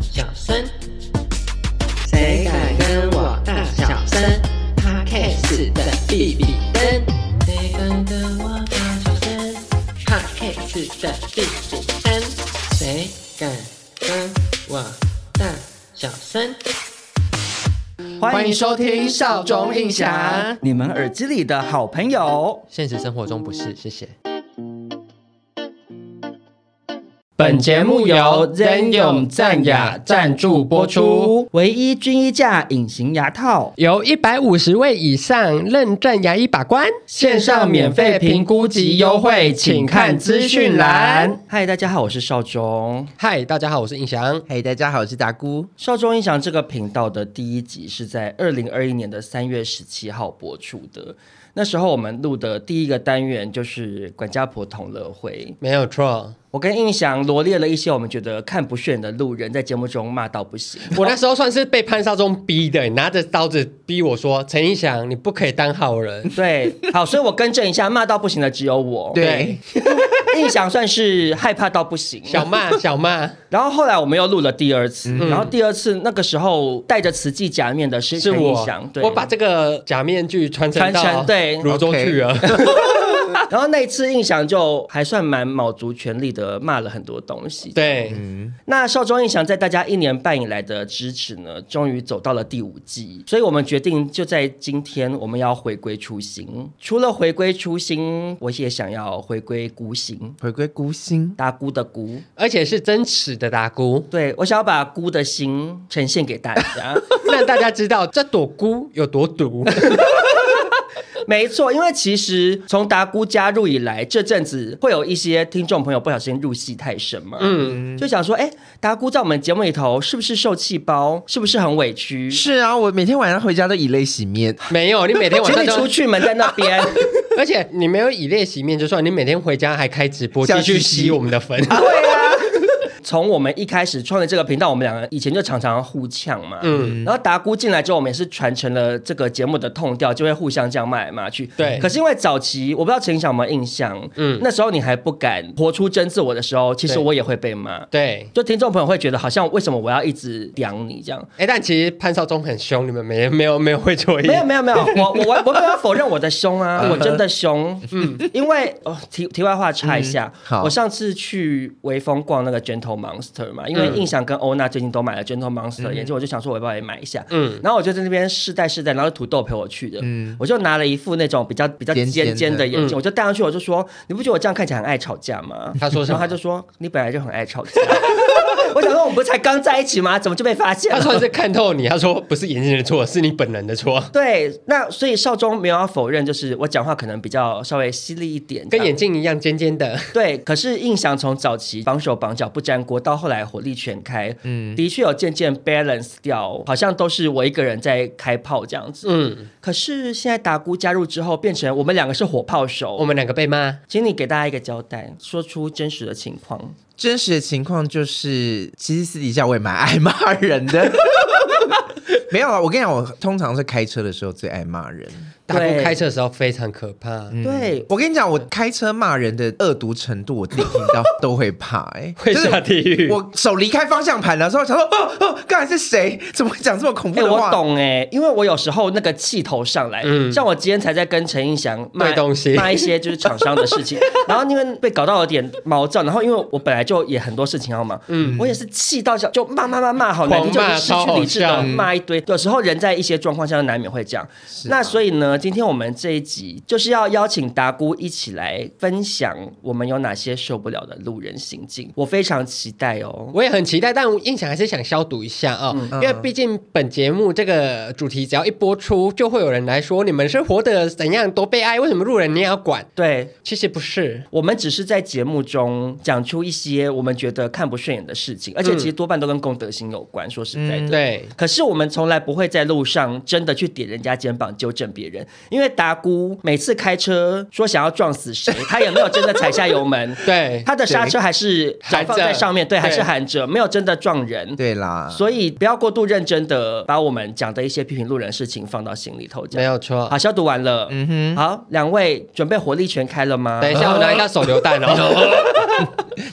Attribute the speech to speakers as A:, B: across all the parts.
A: 小声？谁敢跟我大小声？他 case 的比比登，谁敢跟我大小声？他 case 的比比登，谁敢跟我大小声？
B: 欢迎
A: 收听
B: 少
A: 中印象
B: 你们耳机里的好朋友。
A: 现实生活中不是，谢谢。
C: 本节目由 Zen 勇赞雅赞助播出，
B: 唯一军医架隐形牙套，
C: 由一百五十位以上认证牙医把关，线上免费评估及优惠，请看资讯栏。。
B: 嗨，大家好，我是少中。
C: 嗨，大家好，我是印翔。
D: 嘿，大家好，我是达姑。
B: 少中印象这个频道的第一集是在二零二一年的三月十七号播出的。那时候我们录的第一个单元就是管家婆同乐会，
C: 没有错，
B: 我跟印象罗列了一些我们觉得看不顺眼的路人，在节目中骂到不 行。
C: 我那时候算是被潘少忠逼的，拿着刀子逼我说：“陈印翔，你不可以当好人。
B: 对，好，所以我更正一下，骂到不行的只有我。
D: 对，
B: 印象算是害怕到不行”。
C: 小嗯 骂，小骂，
B: 然后后来我们又录了第二次，然后第二次那个时候戴着瓷器假面的是
C: 是
B: 陈印
C: 我
B: 象，，对，
C: 我把这个假面具传承
B: 传
C: 到
B: 承对
C: 泸州去了。
B: 然后那一次印象就还算蛮卯足全力的骂了很多东西。
C: 对，
D: 嗯
B: 那少庄印象在大家一年半以来的支持呢，终于走到了第五季，所以我们决定就在今天，我们要回归初心。除了回归初心，我也想要回归孤心，
D: 回归孤星，
B: 打孤的孤。
C: 而且是真实的打姑。
B: 对，我想要把孤的心呈现给大家。
C: 让大家知道这朵菇有多毒。
B: 没错，因为其实从达姑加入以来，这阵子会有一些听众朋友不小心入戏太深嘛，嗯，就想说，哎，达姑在我们节目里头是不是受气包？是不是很委屈？
D: 是啊，我每天晚上回家都以泪洗面。
C: 没有，你每 天晚
B: 请
C: 上
B: 你出
C: 都，
B: 去门在那边，
C: 而且你没有以泪洗面就算，你每天回家还开直播
D: 笑
C: 继
D: 嘻嘻
C: 续吸我们的粉。
B: 从我们一开始创立这个频道，我们两个以前就常常互呛嘛，嗯，然后达姑进来之后，我们也是传承了这个节目的痛调，就会互相这样骂来骂去。
C: 对
B: 可是因为早期我不知道陈晓有没有印象，嗯，那时候你还不敢活出真自我的时候，其实
C: 对
B: 我也会被骂。
C: 对，
B: 就听众朋友会觉得好像为什么我要一直刁你这样？
C: 哎，但其实潘少忠很凶，你们没没有没有会错意
B: 没。有没有没有，我我我我没有否认我的凶啊，我真的凶。嗯，因为哦题题外话插一下，
D: 好
B: 我上次去微风逛那个 Gentle Monster 嘛，因为印象跟欧娜最近都买了 Gentle Monster 眼镜，我就想说我要不要也买一下。嗯，然后我就在那边试戴试戴，然后土豆陪我去的，我就拿了一副那种比较比较
D: 尖尖
B: 尖尖的
D: 的
B: 眼镜，我就戴上去，我就说你不觉得我这样看起来很爱吵架吗？
C: 他说什
B: 然后
C: 么
B: 他就说你本来就很爱吵架。 我想说，我们不是才刚在一起吗？怎么就被发现了？
C: 他算是看透你，他说不是眼睛的错，是你本人的错，
B: 对，那所以少中没有要否认，就是我讲话可能比较稍微犀利一点，
C: 跟眼
B: 睛
C: 镜一样尖尖的。
B: 对。可是印象从早期绑手绑脚不沾锅，到后来火力全开，嗯，的确有渐渐 balance 掉，好像都是我一个人在开炮这样子。
C: 嗯，
B: 可是现在达姑加入之后，变成我们两个是火炮
C: 我
B: 手。
C: 们两个被骂。
B: 请你给大家一个交代，说出真实的情况。
D: 真实的情况就是，其实私底下我也蛮爱骂人的。 没有啊，我跟你讲，我通常是开车的时候最爱骂人。
C: 大
B: 对
C: 姑开车的时候非常可怕，
B: 对，
D: 我跟你讲，我开车骂人的恶毒程度，我自己听到 都会怕、哎，
C: 会
D: 就是
C: 下地狱。
D: 我手离开方向盘的时候，想说，哦哦，刚才是谁？怎么会讲这么恐怖
B: 哎、
D: 的话？
B: 我懂哎、因为我有时候那个气头上来，像我今天才在跟陈映祥骂
C: 对嗯东西
B: 骂一些就是厂商的事 情，然后因为被搞到有点毛躁，然后因为我本来就也很多事情要忙，嗯，我也是气到想就骂骂骂骂好难听，就
C: 狂
B: 是
C: 骂
B: 失去理智
C: 超
B: 的
C: 好笑嗯啊
B: 骂一堆。有时候人在一些状况下难免会这样，那所以呢，今天我们这一集就是要邀请达姑一起来分享我们有哪些受不了的路人行径，我非常期待哦。
C: 我也很期待，但我印象还是想消毒一下啊、因为毕竟本节目这个主题只要一播出，就会有人来说你们是活得怎样多悲哀，为什么路人你也要管？
B: 对
C: 其实不是，
B: 我们只是在节目中讲出一些我们觉得看不顺眼的事情，而且其实多半都跟公德心有关。说实在的，
D: 嗯
C: 对，
B: 可是我们从来不会在路上真的去点人家肩膀纠正别人，因为达姑每次开车说想要撞死谁，他也没有真的踩下油门，
C: 对
B: 他的刹车还是
C: 含
B: 还
C: 着
B: 放在上面，对，
C: 对
B: 还是含着，没有真的撞人。
D: 对啦，
B: 所以不要过度认真的把我们讲的一些批评路人事情放到心里头。这
C: 没
B: 样
C: 有错。
B: 好，消毒完了。嗯哼，好，两位准备火力全开了吗？
C: 等一下，我拿一下手榴弹哦。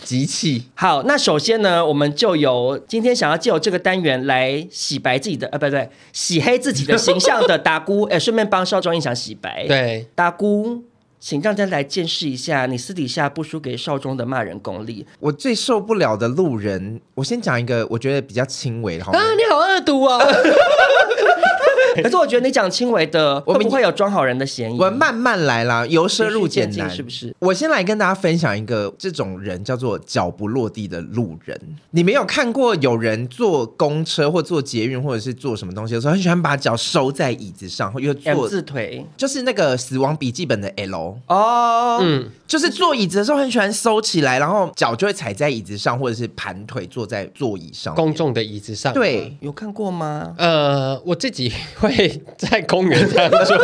D: 集气，
B: 好，那首先呢，我们就由今天想要借由这个单元来洗白自己的，呃，不对不对，洗黑自己的形象的达姑， 哎，顺便帮少庄印象洗白。，
C: 对，
B: 达姑，请让大家来见识一下你私底下不输给少庄的骂人功 力。
D: 我最受不了的路人，我先讲一个我觉得比较轻微的，好吗？
C: 啊，你好恶毒哦！
B: 可是我觉得你讲轻微的，
D: 我
B: 会
D: 们
B: 不会有装好人的嫌疑？
D: 我们慢慢来啦，由奢入
B: 循序
D: 俭
B: 嗯渐进
D: 难，
B: 是不是？
D: 我先来跟大家分享一个这种人叫做脚不落地的路人。你没有看过有人坐公车或坐捷运或者是坐什么东西的时候，很喜欢把脚收在椅子上，或又
B: M
D: 坐
B: 字腿
D: 就是那个《死亡笔记本》的 L，
B: 哦，
C: 嗯，
D: 就是坐椅子的时候很喜欢收起来，然后脚就会踩在椅子上，或者是盘腿坐在座椅上。
C: 公众的椅子上，
D: 对，
B: 有看过吗？
C: 呃，我自己 会在公园这样做。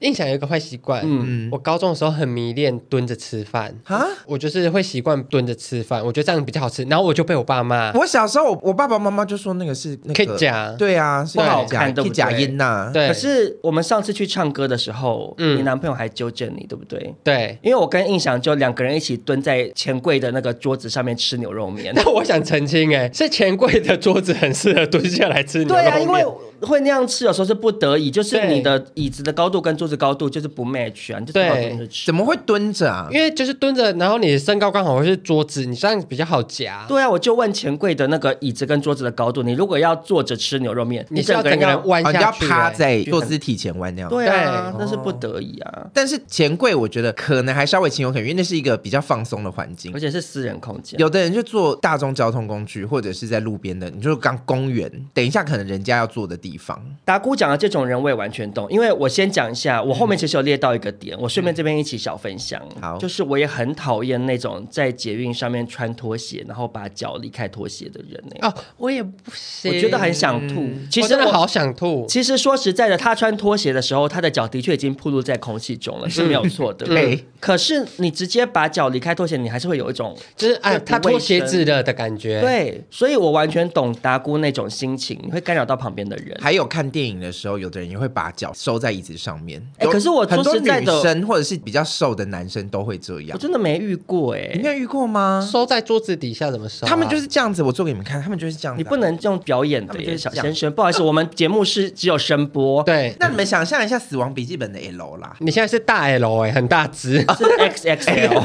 C: 印象有一个坏习惯，嗯，我高中的时候很迷恋蹲着吃饭
D: 啊
C: 我就是会习惯蹲着吃饭，我觉得这样比较好吃。然后我就被我爸骂，
B: 啊
D: 我小时候，我我爸爸妈妈就说那个是那个
C: K 甲
D: 对啊，是
B: 不好
D: K 甲
B: 看对不
D: K 甲
B: 对
D: 音呐，
C: 对，
B: 可是我们上次去唱歌的时候，
C: 嗯
B: 你男朋友还纠正你，对不对？
C: 对。
B: 因为我跟印象就两个人一起蹲在钱柜的那个桌子上面吃牛肉面。
C: 但我想澄清、哎，是钱柜的桌子很适合蹲下来吃牛肉
B: 对
C: 面。
B: 啊，因为会那样吃，有时候是不得已，就是
C: 对
B: 你的椅子的高度跟桌子高度就是不 match 啊，你就只
C: 对
B: 好蹲着吃
D: 怎。么会蹲着啊？
C: 因为就是蹲着，然后你的身高刚好会是桌子，你这样比较好夹。
B: 对啊，我就问钱柜的那个椅子跟桌子的高度，你如果要坐着吃牛肉面，
C: 你是
B: 整
C: 要
B: 个
C: 整
B: 人
C: 个
B: 要
C: 人弯
D: 啊，你
C: 下
D: 要
C: 去、
D: 趴
C: 哎
D: 在坐姿体前弯那样。
B: 对啊，
C: 对哦
B: 那是不得已啊，
D: 但是钱柜我觉得可能还稍微情有可原，因为那是一个比较放松的环境
B: 而。且是私人空间。
D: 有的人就坐大众交通工具，或者是在路边的，你就刚公园，等一下可能人家要坐的地方。
B: 达姑讲的啊这种人，我也完全懂，因为我先讲一下，我后面其实有列到一个点，我顺便这边一起小分享。
D: 好
B: 就是我也很讨厌那种在捷运上面穿拖鞋，然后把脚离开拖鞋的人呢、
C: 哦，我也不行，
B: 我觉得很想吐。其
C: 我
B: 实
C: 真的
B: 我
C: 好想吐。
B: 其实说实在的，他穿拖鞋的时候，他的脚的确已经暴露在空气中了，是没有错的。
D: 对
B: 可是你直接把脚离开拖鞋，你还是会有一种
C: 就是哎，
B: 不
C: 他脱
B: 卫
C: 鞋
B: 生
C: 子了的感觉。，
B: 对，所以我完全懂达姑那种心情，你会干扰到旁边的人。
D: 还有看电影的时候，有的人也会把脚收在椅子上面。
B: 哎
D: 有
B: 可是我
D: 很
B: 说
D: 多
B: 实在
D: 女
B: 的
D: 生或者是比较瘦的男生都会这
B: 我
D: 样。
B: 真的没遇过哎、
D: 你没有遇过吗？
C: 收在桌子底下怎么收啊、
D: 他们就是这样子，我做给你们看，他们就是这样子啊、
B: 你不能用表演的
D: 们
B: 耶，
D: 就是
B: 小
D: 这样
B: 先生，不好意思，我们节目是只有声波，，
C: 对。
D: 那你们想象一下《死亡笔记本》的 L 啦，
C: 你现在是大 L 哎、很大 只。
B: 是 XXL。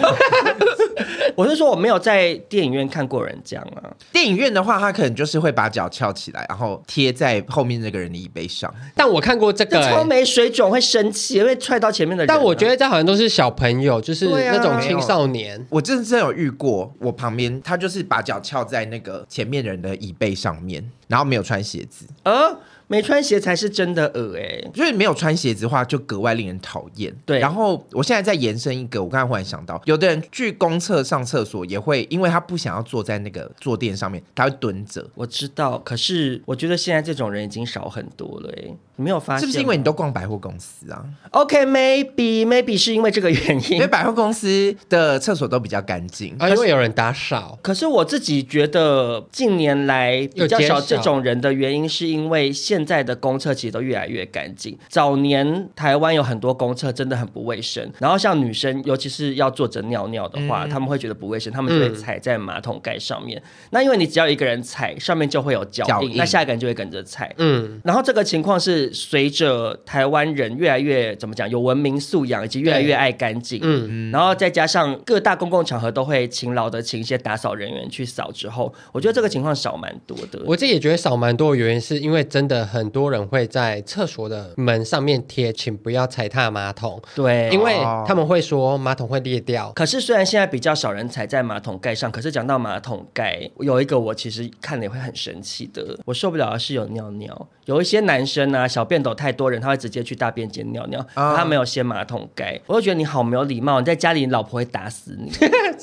B: 我是说我没有在电影院看过人这样啊，
D: 电影院的话，他可能就是会把脚翘起来，然后贴在后面那个人的椅背上。
C: 但我看过这
B: 这
C: 个、
B: 超
C: 哎
B: 没水准，会生气，会踹到前面的人啊、
C: 但我觉得这好像都是小朋友，就是
B: 对啊
C: 那种青少年。
D: 我真的真的有遇过，我旁边他就是把脚翘在那个前面人的椅背上面，然后没有穿鞋子，
B: 呃，没穿鞋才是真的恶哎、
D: 就是没有穿鞋子的话就格外令人讨厌。
B: 对
D: 然后我现在再延伸一个，我刚才忽然想到，有的人去公厕上厕所也会，因为他不想要坐在那个坐垫上面，他会蹲着。
B: 我知道，可是我觉得现在这种人已经少很多了哎、你没有发现吗？
D: 是不是因为你都逛百货公司啊？
B: OK？Maybe maybe 是因为这个原
D: 因为
B: 因。
D: 百货公司的厕所都比较干净。
B: 嗯
C: 啊，因为有人打扫，
B: 可是我自己觉得近年来比较少
C: 有减少
B: 这种人的原因，是因为现在的公厕其实都越来越干净。早年台湾有很多公厕真的很不卫生，然后像女生，尤其是要坐着尿尿的话，
D: 嗯
B: 她们会觉得不卫生，她们就会踩在马桶盖上面。那因为你只要一个人踩，上面就会有脚
D: 脚
B: 印，
D: 印
B: 那下一个人就会跟着踩。
C: 嗯，
B: 然后这个情况是随着台湾人越来越怎么讲有文明素养，以及越来越爱干净，嗯，然后再加上各大公共场合都会勤劳的请一些打扫人员去扫之后，我觉得这个情况少蛮多的。
C: 我自己也觉得少蛮多的原因，是因为真的很多人会在厕所的门上面贴“请不要踩踏马桶”，
B: 对，
C: 因为他们会说马桶会裂掉。
B: 可是虽然现在比较少人踩在马桶盖上，可是讲到马桶盖，有一个我其实看了也会很生气的，我受不了的是有尿尿。有一些男生啊，小便斗太多人，他会直接去大便间尿尿，
D: 啊
B: 他没有掀马桶盖，我就觉得你好没有礼貌，你在家里你老婆会打死 你，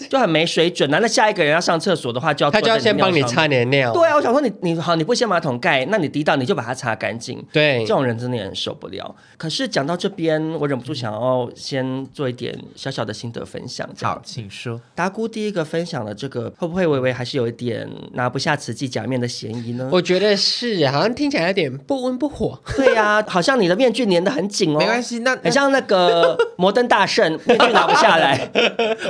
B: 就很没水准啊。那下一个人要上厕所的话，就要
C: 他就要
B: 坐在
C: 先帮你
B: 尿上
C: 擦
B: 面。
C: 你的尿。
B: 对啊，我想说你你好，你不掀马桶盖，那你滴到你就把它擦干净。
C: 对
B: 这种人真的也很受不了。可是讲到这边，我忍不住想要先做一点小小的心得分享。这样
D: 好，，请说。
B: 达姑第一个分享的这个，会不会微微还是有一点拿不下慈济假面的嫌疑呢？
C: 我觉得是，好像听起来有点不温不火。
B: 对呀、好像你的面具粘得很紧哦。
D: 没关，系，那
B: 很像那个摩登大圣，面具拿不下 来。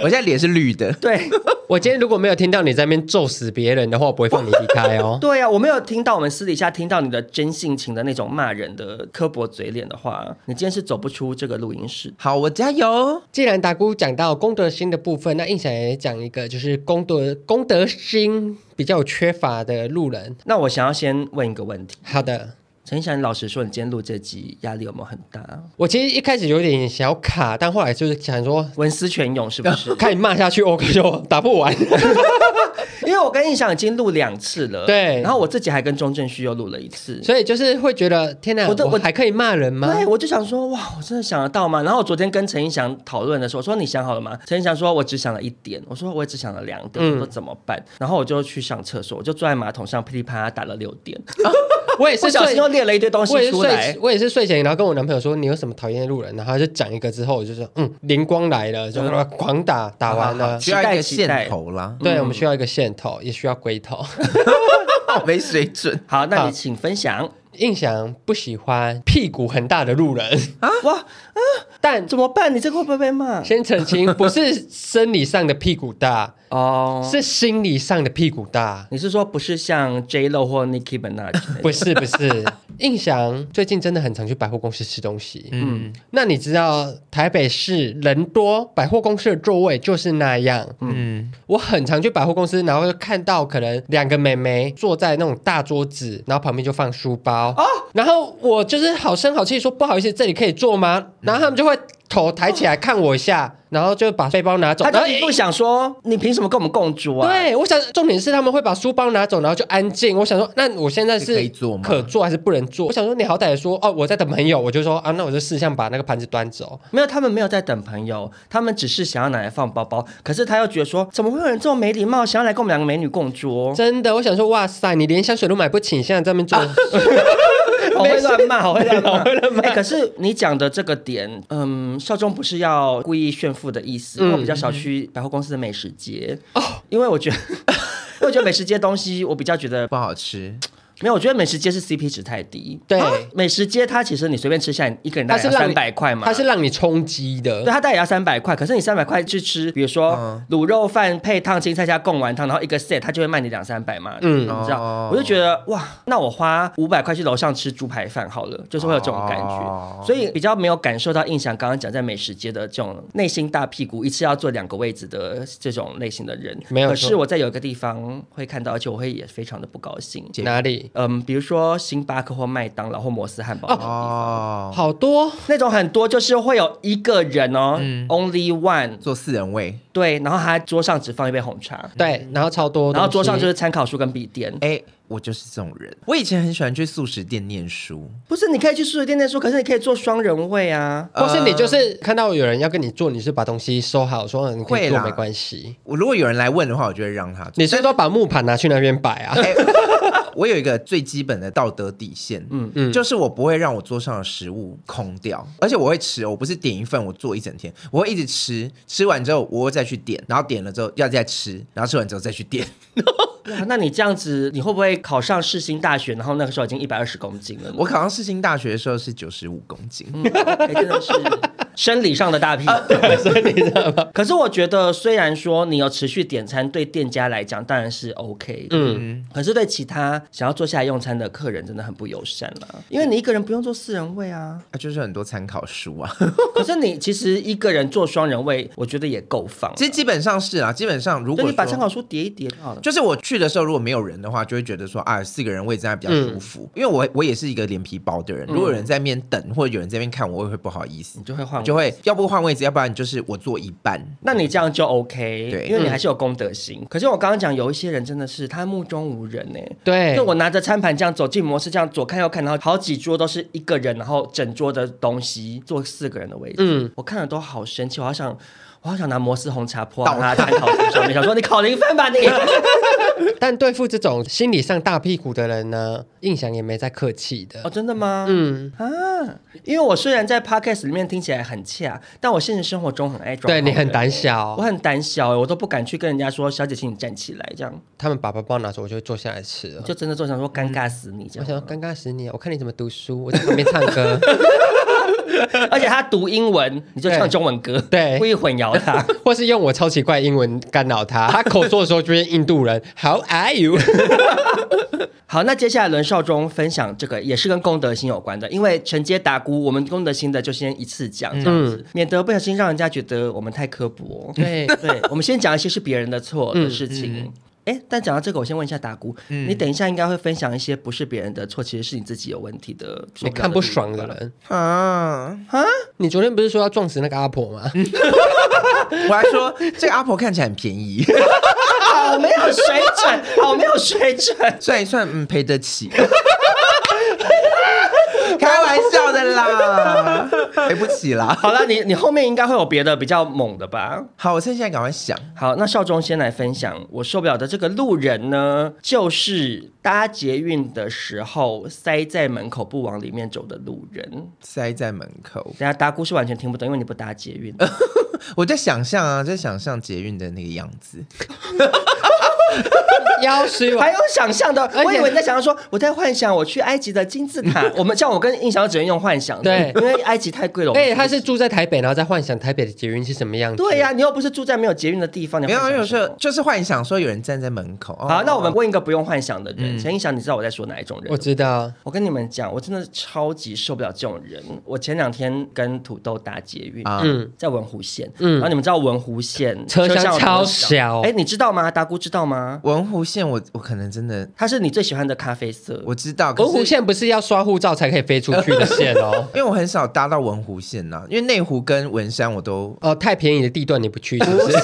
D: 我现在脸是绿的，
B: 对
C: 我今天如果没有听到你在那边咒死别人的话，我不会放你离开哦。
B: 对啊呀、我没有听到我们私底下听到你的真性情的那种骂人的刻薄嘴脸的话，你今天是走不出这个录音室。
D: 好，我加油。
C: 既然达姑讲到功德心的部分，那印象也讲一个，就是功德功德心比较有缺乏的路人。
B: 那我想要先问一个问题，
C: 好的，
B: 陈翔，你老实说，你今天录这集压力有没有很大？
C: 我其实一开始有点小卡，但后来就是想说，
B: 文思泉涌是不是
C: ？看你骂下去，我可就打不 完。
B: 因为我跟印象已经录两次了，
C: 对
B: 然后我自己还跟钟正旭又录了一次，
C: 所以就是会觉得，天哪，
B: 我都
C: 我
B: 我
C: 还可以骂人吗？
B: 对，我就想说，哇，我真的想得到吗？然后我昨天跟陈映翔讨论的时候，我说你想好了吗？陈映翔说，我只想了一点。我说我也只想了两
C: 嗯
B: 点。我说怎么办？然后我就去上厕所，我就坐在马桶上噼里啪啦打了六点，
C: 我也
B: 不
C: 是
B: 小心
C: 睡，
B: 又列了一堆东
C: 我也
B: 西
C: 是
B: 出来
C: 睡，。我也是睡前，然后跟我男朋友说你有什么讨厌的路人，然后他就讲一个之后，我就说嗯，灵光来了，就狂打，打完了。
D: 需要一个
B: 期待
D: 线头啦，
C: 对，我们需要一个线头，也需要龟头。
D: 好没水准。
B: 好，那
C: 好啊
B: 你请分享。
C: 印象不喜欢屁股很大的路人，
B: 哇，啊
C: 但
B: 怎么办？你这个会不会被骂？
C: 先澄清，不是生理上的屁股大，
B: 哦，
C: 是心理上的屁股大。
B: 你是说不是像 J Lo 或 Nicki Minaj？之类的
C: 不是不是，印象最近真的很常去百货公司吃东西。嗯，那你知道台北市人多，百货公司的座位就是那样。
D: 嗯，
C: 我很常去百货公司，然后就看到可能两个美眉坐在那种大桌子，然后旁边就放书包。哦，然后我就是好声好气说不好意思，这里可以坐吗？然后他们就会头抬起来看我一下，然后就把背包拿走。
B: 他
C: 然
B: 就
C: 后
B: 一副想说，你凭什么跟我们共主啊？，
C: 对，我想重点是他们会把书包拿走，然后就安静。我想说，那我现在是
D: 可以做吗
C: 可做还是不能做？我想说，你好歹也说哦，我在等朋友，我就说啊，那我就事项把那个盘子端走。
B: 没有，他们没有在等朋友，他们只是想要拿来放包包。可是他又觉得说，怎么会有人这么没礼貌，想要来跟我们两个美女共桌？
C: 真的，我想说，哇塞，你连香水都买不起，你现在在那边做，
B: 好会乱骂，好会乱骂，哎可是你讲的这个点，嗯，少中不是要故意炫富的意思，因为我比较少去百货公司的美食街哦，因为我觉得。 因为我觉得美食街东西，我比较觉得
D: 不好吃，
B: 没有，我觉得美食街是 CP 值太低。
C: 对
B: 啊美食街它其实你随便吃下来，一个人大概
C: 它是
B: 要
C: 让
B: 三
C: 你
B: 百块嘛，
C: 它是让你冲击的
B: 对，。它大概要三百块，可是你三百块去吃，比如说
D: 嗯
B: 卤肉饭配烫青菜加贡丸汤，然后一个 set，它就会卖你两三百嘛。嗯，
C: 嗯
B: 你知
D: 哦
B: 道，我就觉得哇，那我花五百块去楼上吃猪排饭好了，就是会有这种感
D: 哦
B: 觉，所以比较没有感受到印象。刚刚讲在美食街的这种内心大屁股，一次要坐两个位置的这种类型的人，
C: 没有
B: 可
C: 错
B: 是我在有一个地方会看到，而且我会也非常的不高兴。
C: 哪里？
B: 嗯，比如说星巴克或麦当劳或摩斯汉堡那种地方
D: 哦，
C: 好多
B: 那种很多就是会有一个人哦、o n l y one，
D: 做四人位。
B: 对，然后他桌上只放一杯红茶，
C: 对，然后超多东西，
B: 然后桌上就是参考书跟笔电。
D: 哎、我就是这种人。我以前很喜欢去素食店念书，
B: 不是，你可以去素食店念书，可是你可以做双人位啊。
C: 或是你
D: 呃
C: 就是看到有人要跟你做，你是把东西收好，说嗯你可以
D: 会
C: 做
D: 啦
C: 没关系。
D: 我如果有人来问的话，我就会让他做。
C: 你是说把木盘拿去那边摆啊？
D: 哎我有一个最基本的道德底线，嗯嗯，就是我不会让我桌上的食物空掉，而且我会吃，我不是点一份我做一整天，我会一直吃，吃完之后我会再去点，然后点了之后要再吃，然后吃完之后再去点。
B: 哇那你这样子，你会不会考上世新大学？然后那个时候已经一百二十公斤了呢？
D: 我考上世新大学的时候是九十五公斤，
B: 哎真的是。生理上的大屁。
C: 所以你知道 吗？
B: 可是我觉得，虽然说你有持续点餐，对店家来讲当然是 OK，嗯，可是对其他想要坐下来用餐的客人，真的很不友善了。因为你一个人不用坐四人位啊，
D: 啊就是很多参考书啊。
B: 可是你其实一个人坐双人位，我觉得也够放。
D: 其实基本上是啊，基本上如
B: 就
D: 果
B: 你把
D: 说
B: 参考书叠一叠就好了。
D: 就是我去的时候，如果没有人的话，就会觉得说啊，四个人位置还比较舒服。
B: 嗯
D: 因为我我也是一个脸皮薄的人，如果有人在面等或者有人在面看我，我也会不好意思
B: 你，就会换
D: 我就会要不换位置，要不然就是我坐一半。
B: 那你这样就 OK，
D: 对
B: 因为你还是有公德心。可是我刚刚讲，有一些人真的是他目中无人呢、
C: 对
B: 就，我拿着餐盘这样走进模式，这样左看右看，然后好几桌都是一个人，然后整桌的东西坐四个人的位置，
C: 嗯
B: 我看了都好生气，我好想。我好想拿摩斯红茶泼到他参考书上面，想说你考零分吧你。
C: 但对付这种心理上大屁股的人呢，印象也没在客气的。
B: 哦，真的吗？
C: 嗯，
B: 啊，因为我虽然在 podcast 里面听起来很恰，但我现实生活中很爱装。
C: 对你很，胆小
B: 我，很胆小、我都不敢去跟人家说，小姐，请你站起来，这样
C: 他们把包包拿走，我就会坐下来吃了。
B: 就真的就想说尴尬死你这
C: 我
B: 样。
C: 想尴尬死你，我看你怎么读书，我在旁边唱 歌。
B: 而且他读英文，你就唱中文歌，
C: 嗯对
B: 故意混淆他。
C: 或是用我超奇怪的英文干扰他，他口说的时候就变印度人。How are you？
B: 好，那接下来轮少中分享这个也是跟功德心有关的，因为承接打鼓，我们功德心的就先一次讲，这样
C: 嗯
B: 子，免得不小心让人家觉得我们太刻薄。
C: 对
B: 对，我们先讲一些是别人的错的事情。哎、但讲到这个，我先问一下打鼓，你等一下应该会分享一些不是别人的错，其实是你自己有问题的，
C: 你看不爽的。人，
D: 啊！
C: 你昨天不是说要撞死那个阿 婆吗？
D: 我还说这个阿婆看起来很便宜，
B: 好没有水准，好没有水 准。
D: 算一算，嗯，赔得起。 开玩笑的 啦，赔不起啦。
B: 好了，你你后面应该会有别的比较猛的吧？
D: 好，我趁现在赶快想，
B: 好，那少中先来分享我受不了的这个路人呢，就是搭捷运的时候塞在门口不往里面走的路人。
D: 塞在门口。
B: 等下搭姑是完全听不懂，因为你不搭捷运。
D: 我在想象啊，在想象捷运的那个样子。
C: 要死我！
B: 还有想象的，
C: 且
B: 我以为你在想象说，我在幻想我去埃及的金字 塔。我们像我跟印象只能用幻想的，
C: 对
B: 因为埃及太贵了。
C: 哎、他是住在台北，然后在幻想台北的捷运是什么样子。
B: 对呀、你又不是住在没有捷运的地方，你
D: 没有，
B: 幻想
D: 有时
B: 什
D: 候
B: 么
D: 就是幻想说有人站在门口。哦
B: 好，那我们问一个不用幻想的人，
D: 嗯
B: 陈映翔，你知道我在说哪一种人吗
C: 我？知道，
B: 我跟你们讲，我真的超级受不了这种人。我前两天跟土豆搭捷运，
D: 啊，
C: 嗯，
B: 在文湖线，
C: 嗯
B: 然后你们知道文湖线
C: 车厢
B: 有多
C: 超小
B: 哎，你知道吗？达姑知道吗？
D: 文湖线我我可能真的
B: 它是你最喜欢的咖啡色。
D: 我知道，可
C: 文
D: 是。
C: 湖线不是要刷护照才可以飞出去的线哦
D: 因为我很少搭到文湖线啊呐、因为内湖跟文山我都
C: 哦，太便宜的地段你不去是不是？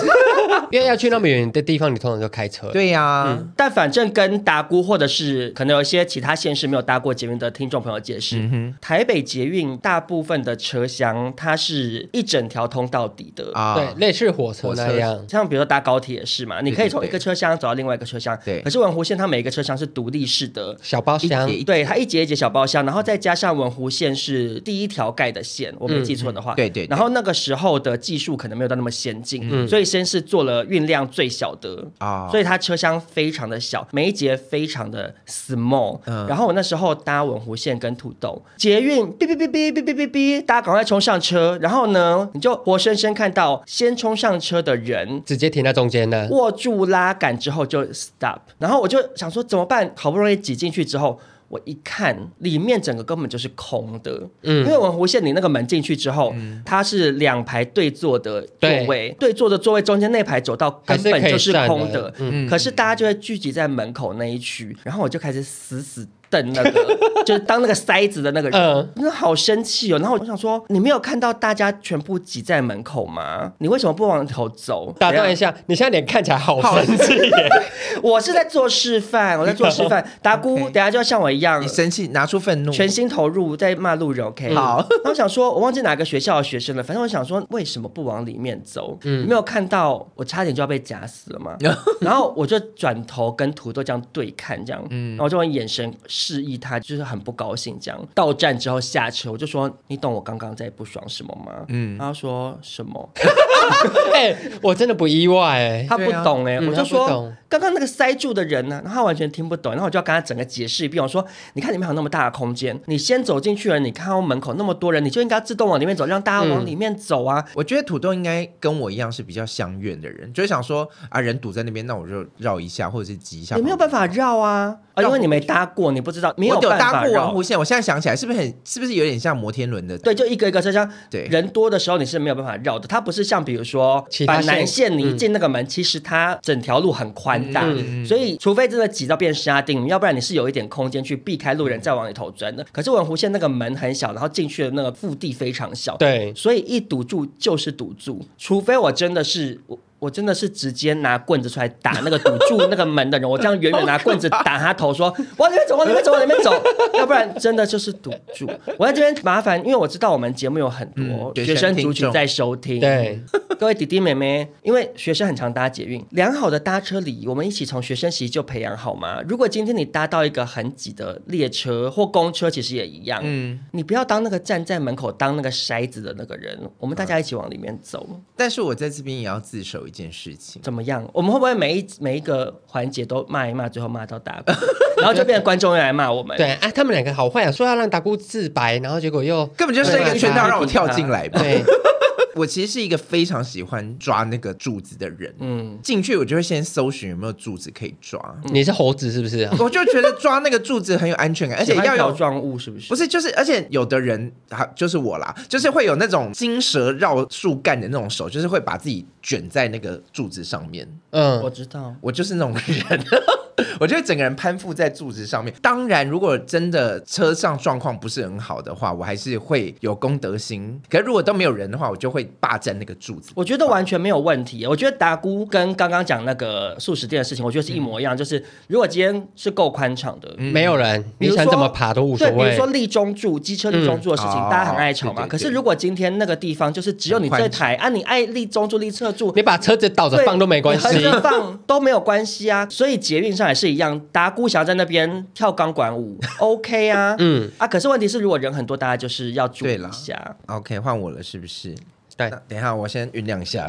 C: 因为要去那么远的地方，你通常就开车。，
D: 对呀、
B: 但反正跟达姑或者是可能有一些其他县市没有搭过捷运的听众朋友解
D: 嗯
B: 释，台北捷运大部分的车厢它是一整条通到底的
D: 啊，
C: 对，啊类似火车那样。
B: 像比如说搭高铁也是嘛，你可以从
D: 对
B: 一
D: 对
B: 个车厢走到另外一个车厢，
D: 对
B: 可是文湖线它每一个车厢是独立式的，
C: 小包厢
D: 一节一
B: 对，它一节一节小包厢，然后再加上文湖线是第一条盖的线，我没记错的话，
D: 嗯对对对嗯
B: 然后那个时候的技术可能没有到那么先进，所以先是做了运量最小的。
D: 啊，
B: 所以它车厢非常的小，每一节非常的 small、
D: 嗯
B: 然后我那时候搭文湖线跟土豆捷运，哔哔哔哔哔哔哔哔，大家赶快冲上车。然后呢，你就活生生看到先冲上车的人
C: 直接停在中间的，
B: 握住拉杆之后就 stop，然后我就想说怎么办？好不容易挤进去之后，我一看里面整个根本就是空的，
C: 嗯
B: 因为文湖线你那个门进去之后，它是两排对坐的座位，对坐的座位中间那排走道根本就是空的，可
C: 还是可以站的嗯
B: 是大家就会聚集在门口那一区，然后我就开始死死。瞪那 个，就是当那个塞子的那个人，
C: 嗯
B: 真的好生气哦。然后我想说，你没有看到大家全部挤在门口吗？你为什么不往头走？
C: 打
B: 怎样
C: 断一下，你现在脸看起来好生气耶。
B: 我是在做示范，我在做示范。达姑，等下就要像我一样
D: 你，生气拿出愤怒，
B: 全心投入在骂路人。OK，
D: 好
B: 然后想说，我忘记哪个学校的学生了，反正我想说，为什么不往里面走？你没有看到我差点就要被夹死了吗？然后我就转头跟土豆这样对看，这样，然后我就用眼神示意他，就是很不高兴。这样到站之后下车，我就说，你懂我刚刚在不爽什么吗？嗯，他说什么？
C: 哎，我真的不意外哎。
B: 他不
D: 对啊
B: 懂哎、
C: 嗯
B: 我就
C: 他不
B: 说
C: 懂
B: 刚刚那个塞住的人呢、然后他完全听不懂，然后我就要跟他整个解释一遍。我说，你看里面有那么大的空间，你先走进去了，你看到门口那么多人，你就应该自动往里面走，让大家往里面走啊。
D: 我觉得土豆应该跟我一样是比较相怨的人，就是想说啊，人堵在那边，那我就绕一下或者是挤一下。
B: 你没有办法绕啊，啊，因为你没搭过，你不知道，没
D: 我有
B: 办
D: 搭
B: 法
D: 过玩
B: 绕
D: 弧。线，我现在想起来是不是很是不是有点像摩天轮的？
B: 对，就一个一个车厢，
D: 对
B: 人多的时候你是没有办法绕的。它不是像比如说
C: 其他
B: 板
C: 线
B: 南线，你一
C: 嗯
B: 进那个门，其实它整条路很宽大，
C: 嗯
B: 所以除非真的挤到变沙丁，要不然你是有一点空间去避开路人再往里头钻的。可是文湖线那个门很小，然后进去的那个腹地非常小，
C: 对，
B: 所以一堵住就是堵住，除非我真的是我。我真的是直接拿棍子出来打那个堵住那个门的人，我这样远远拿棍子打他头，说 往里面走，往里面走，往里 面走，要不然真的就是堵住。我在这边麻烦，因为我知道我们节目有很多
D: 嗯学
B: 学生
D: 生
B: 族
D: 听
B: 群
D: 众
B: 在收听，
C: 对，
B: 各位弟弟妹妹，因为学生很常搭捷运，良好的搭车礼仪，我们一起从学生时期就培养好吗？如果今天你搭到一个很挤的列车或公车，其实也一样，嗯，你不要当那个站在门口当那个筛子的那个人，我们大家一起往里面走，
D: 但是我在这边也要自首一件事情，
B: 怎么样？我们会不会每一每一个环节都骂一骂，最后骂到打鼓， 然后就变成观众又来骂我们？
C: 对，啊，他们两个好坏啊，说要让达姑自白，然后结果又
D: 根本就是一个圈套让我跳进来吧。
C: 对，
D: 我其实是一个非常喜欢抓那个柱子的人，
B: 嗯，
D: 进去我就会先搜寻有没有柱子可以抓，
C: 你是猴子是不是啊？
D: 我就觉得抓那个柱子很有安全感，而
B: 而
D: 且要
B: 条
D: 有。
B: 状物是不是？
D: 不是，就是，而且有的人啊，就是我啦，就是会有那种金蛇绕树干的那种手，就是会把自己卷在那个柱子上面。
B: 我
C: 嗯，
B: 知道，
D: 我就是那种人， 我就会整个人攀附在柱子上面。当然，如果真的车上状况不是很好的话，我还是会有公德心。可是如果都没有人的话，我就会霸占那个柱子。
B: 我觉得完全没有问题。我觉得达姑跟刚刚讲那个素食店的事情，我觉得是一模
C: 嗯
B: 一样。就是如果今天是够宽敞的，
C: 没有人，
B: 比
C: 嗯你
B: 如说
C: 想怎么爬都无所
B: 对，比如
C: 谓
B: 说。立中柱、机车立中柱的事情，
D: 嗯
B: 大家很爱吵嘛。
D: 哦对对对
B: 可是如果今天那个地方就是只有你这台啊，你爱立中柱、立侧柱。
C: 你把车子倒着
B: 对
C: 放都没关系，
B: 你横着放都没有关系 啊。所以捷运上也是一样，达姑想要在那边跳钢管 舞，OK 啊，嗯
C: 嗯
B: 啊。可是问题是，如果人很多，大家就是要注意
D: 对啦
B: 一下。
D: OK，换我了，是不是？
C: 对
D: 那，等一下，我先酝酿一下。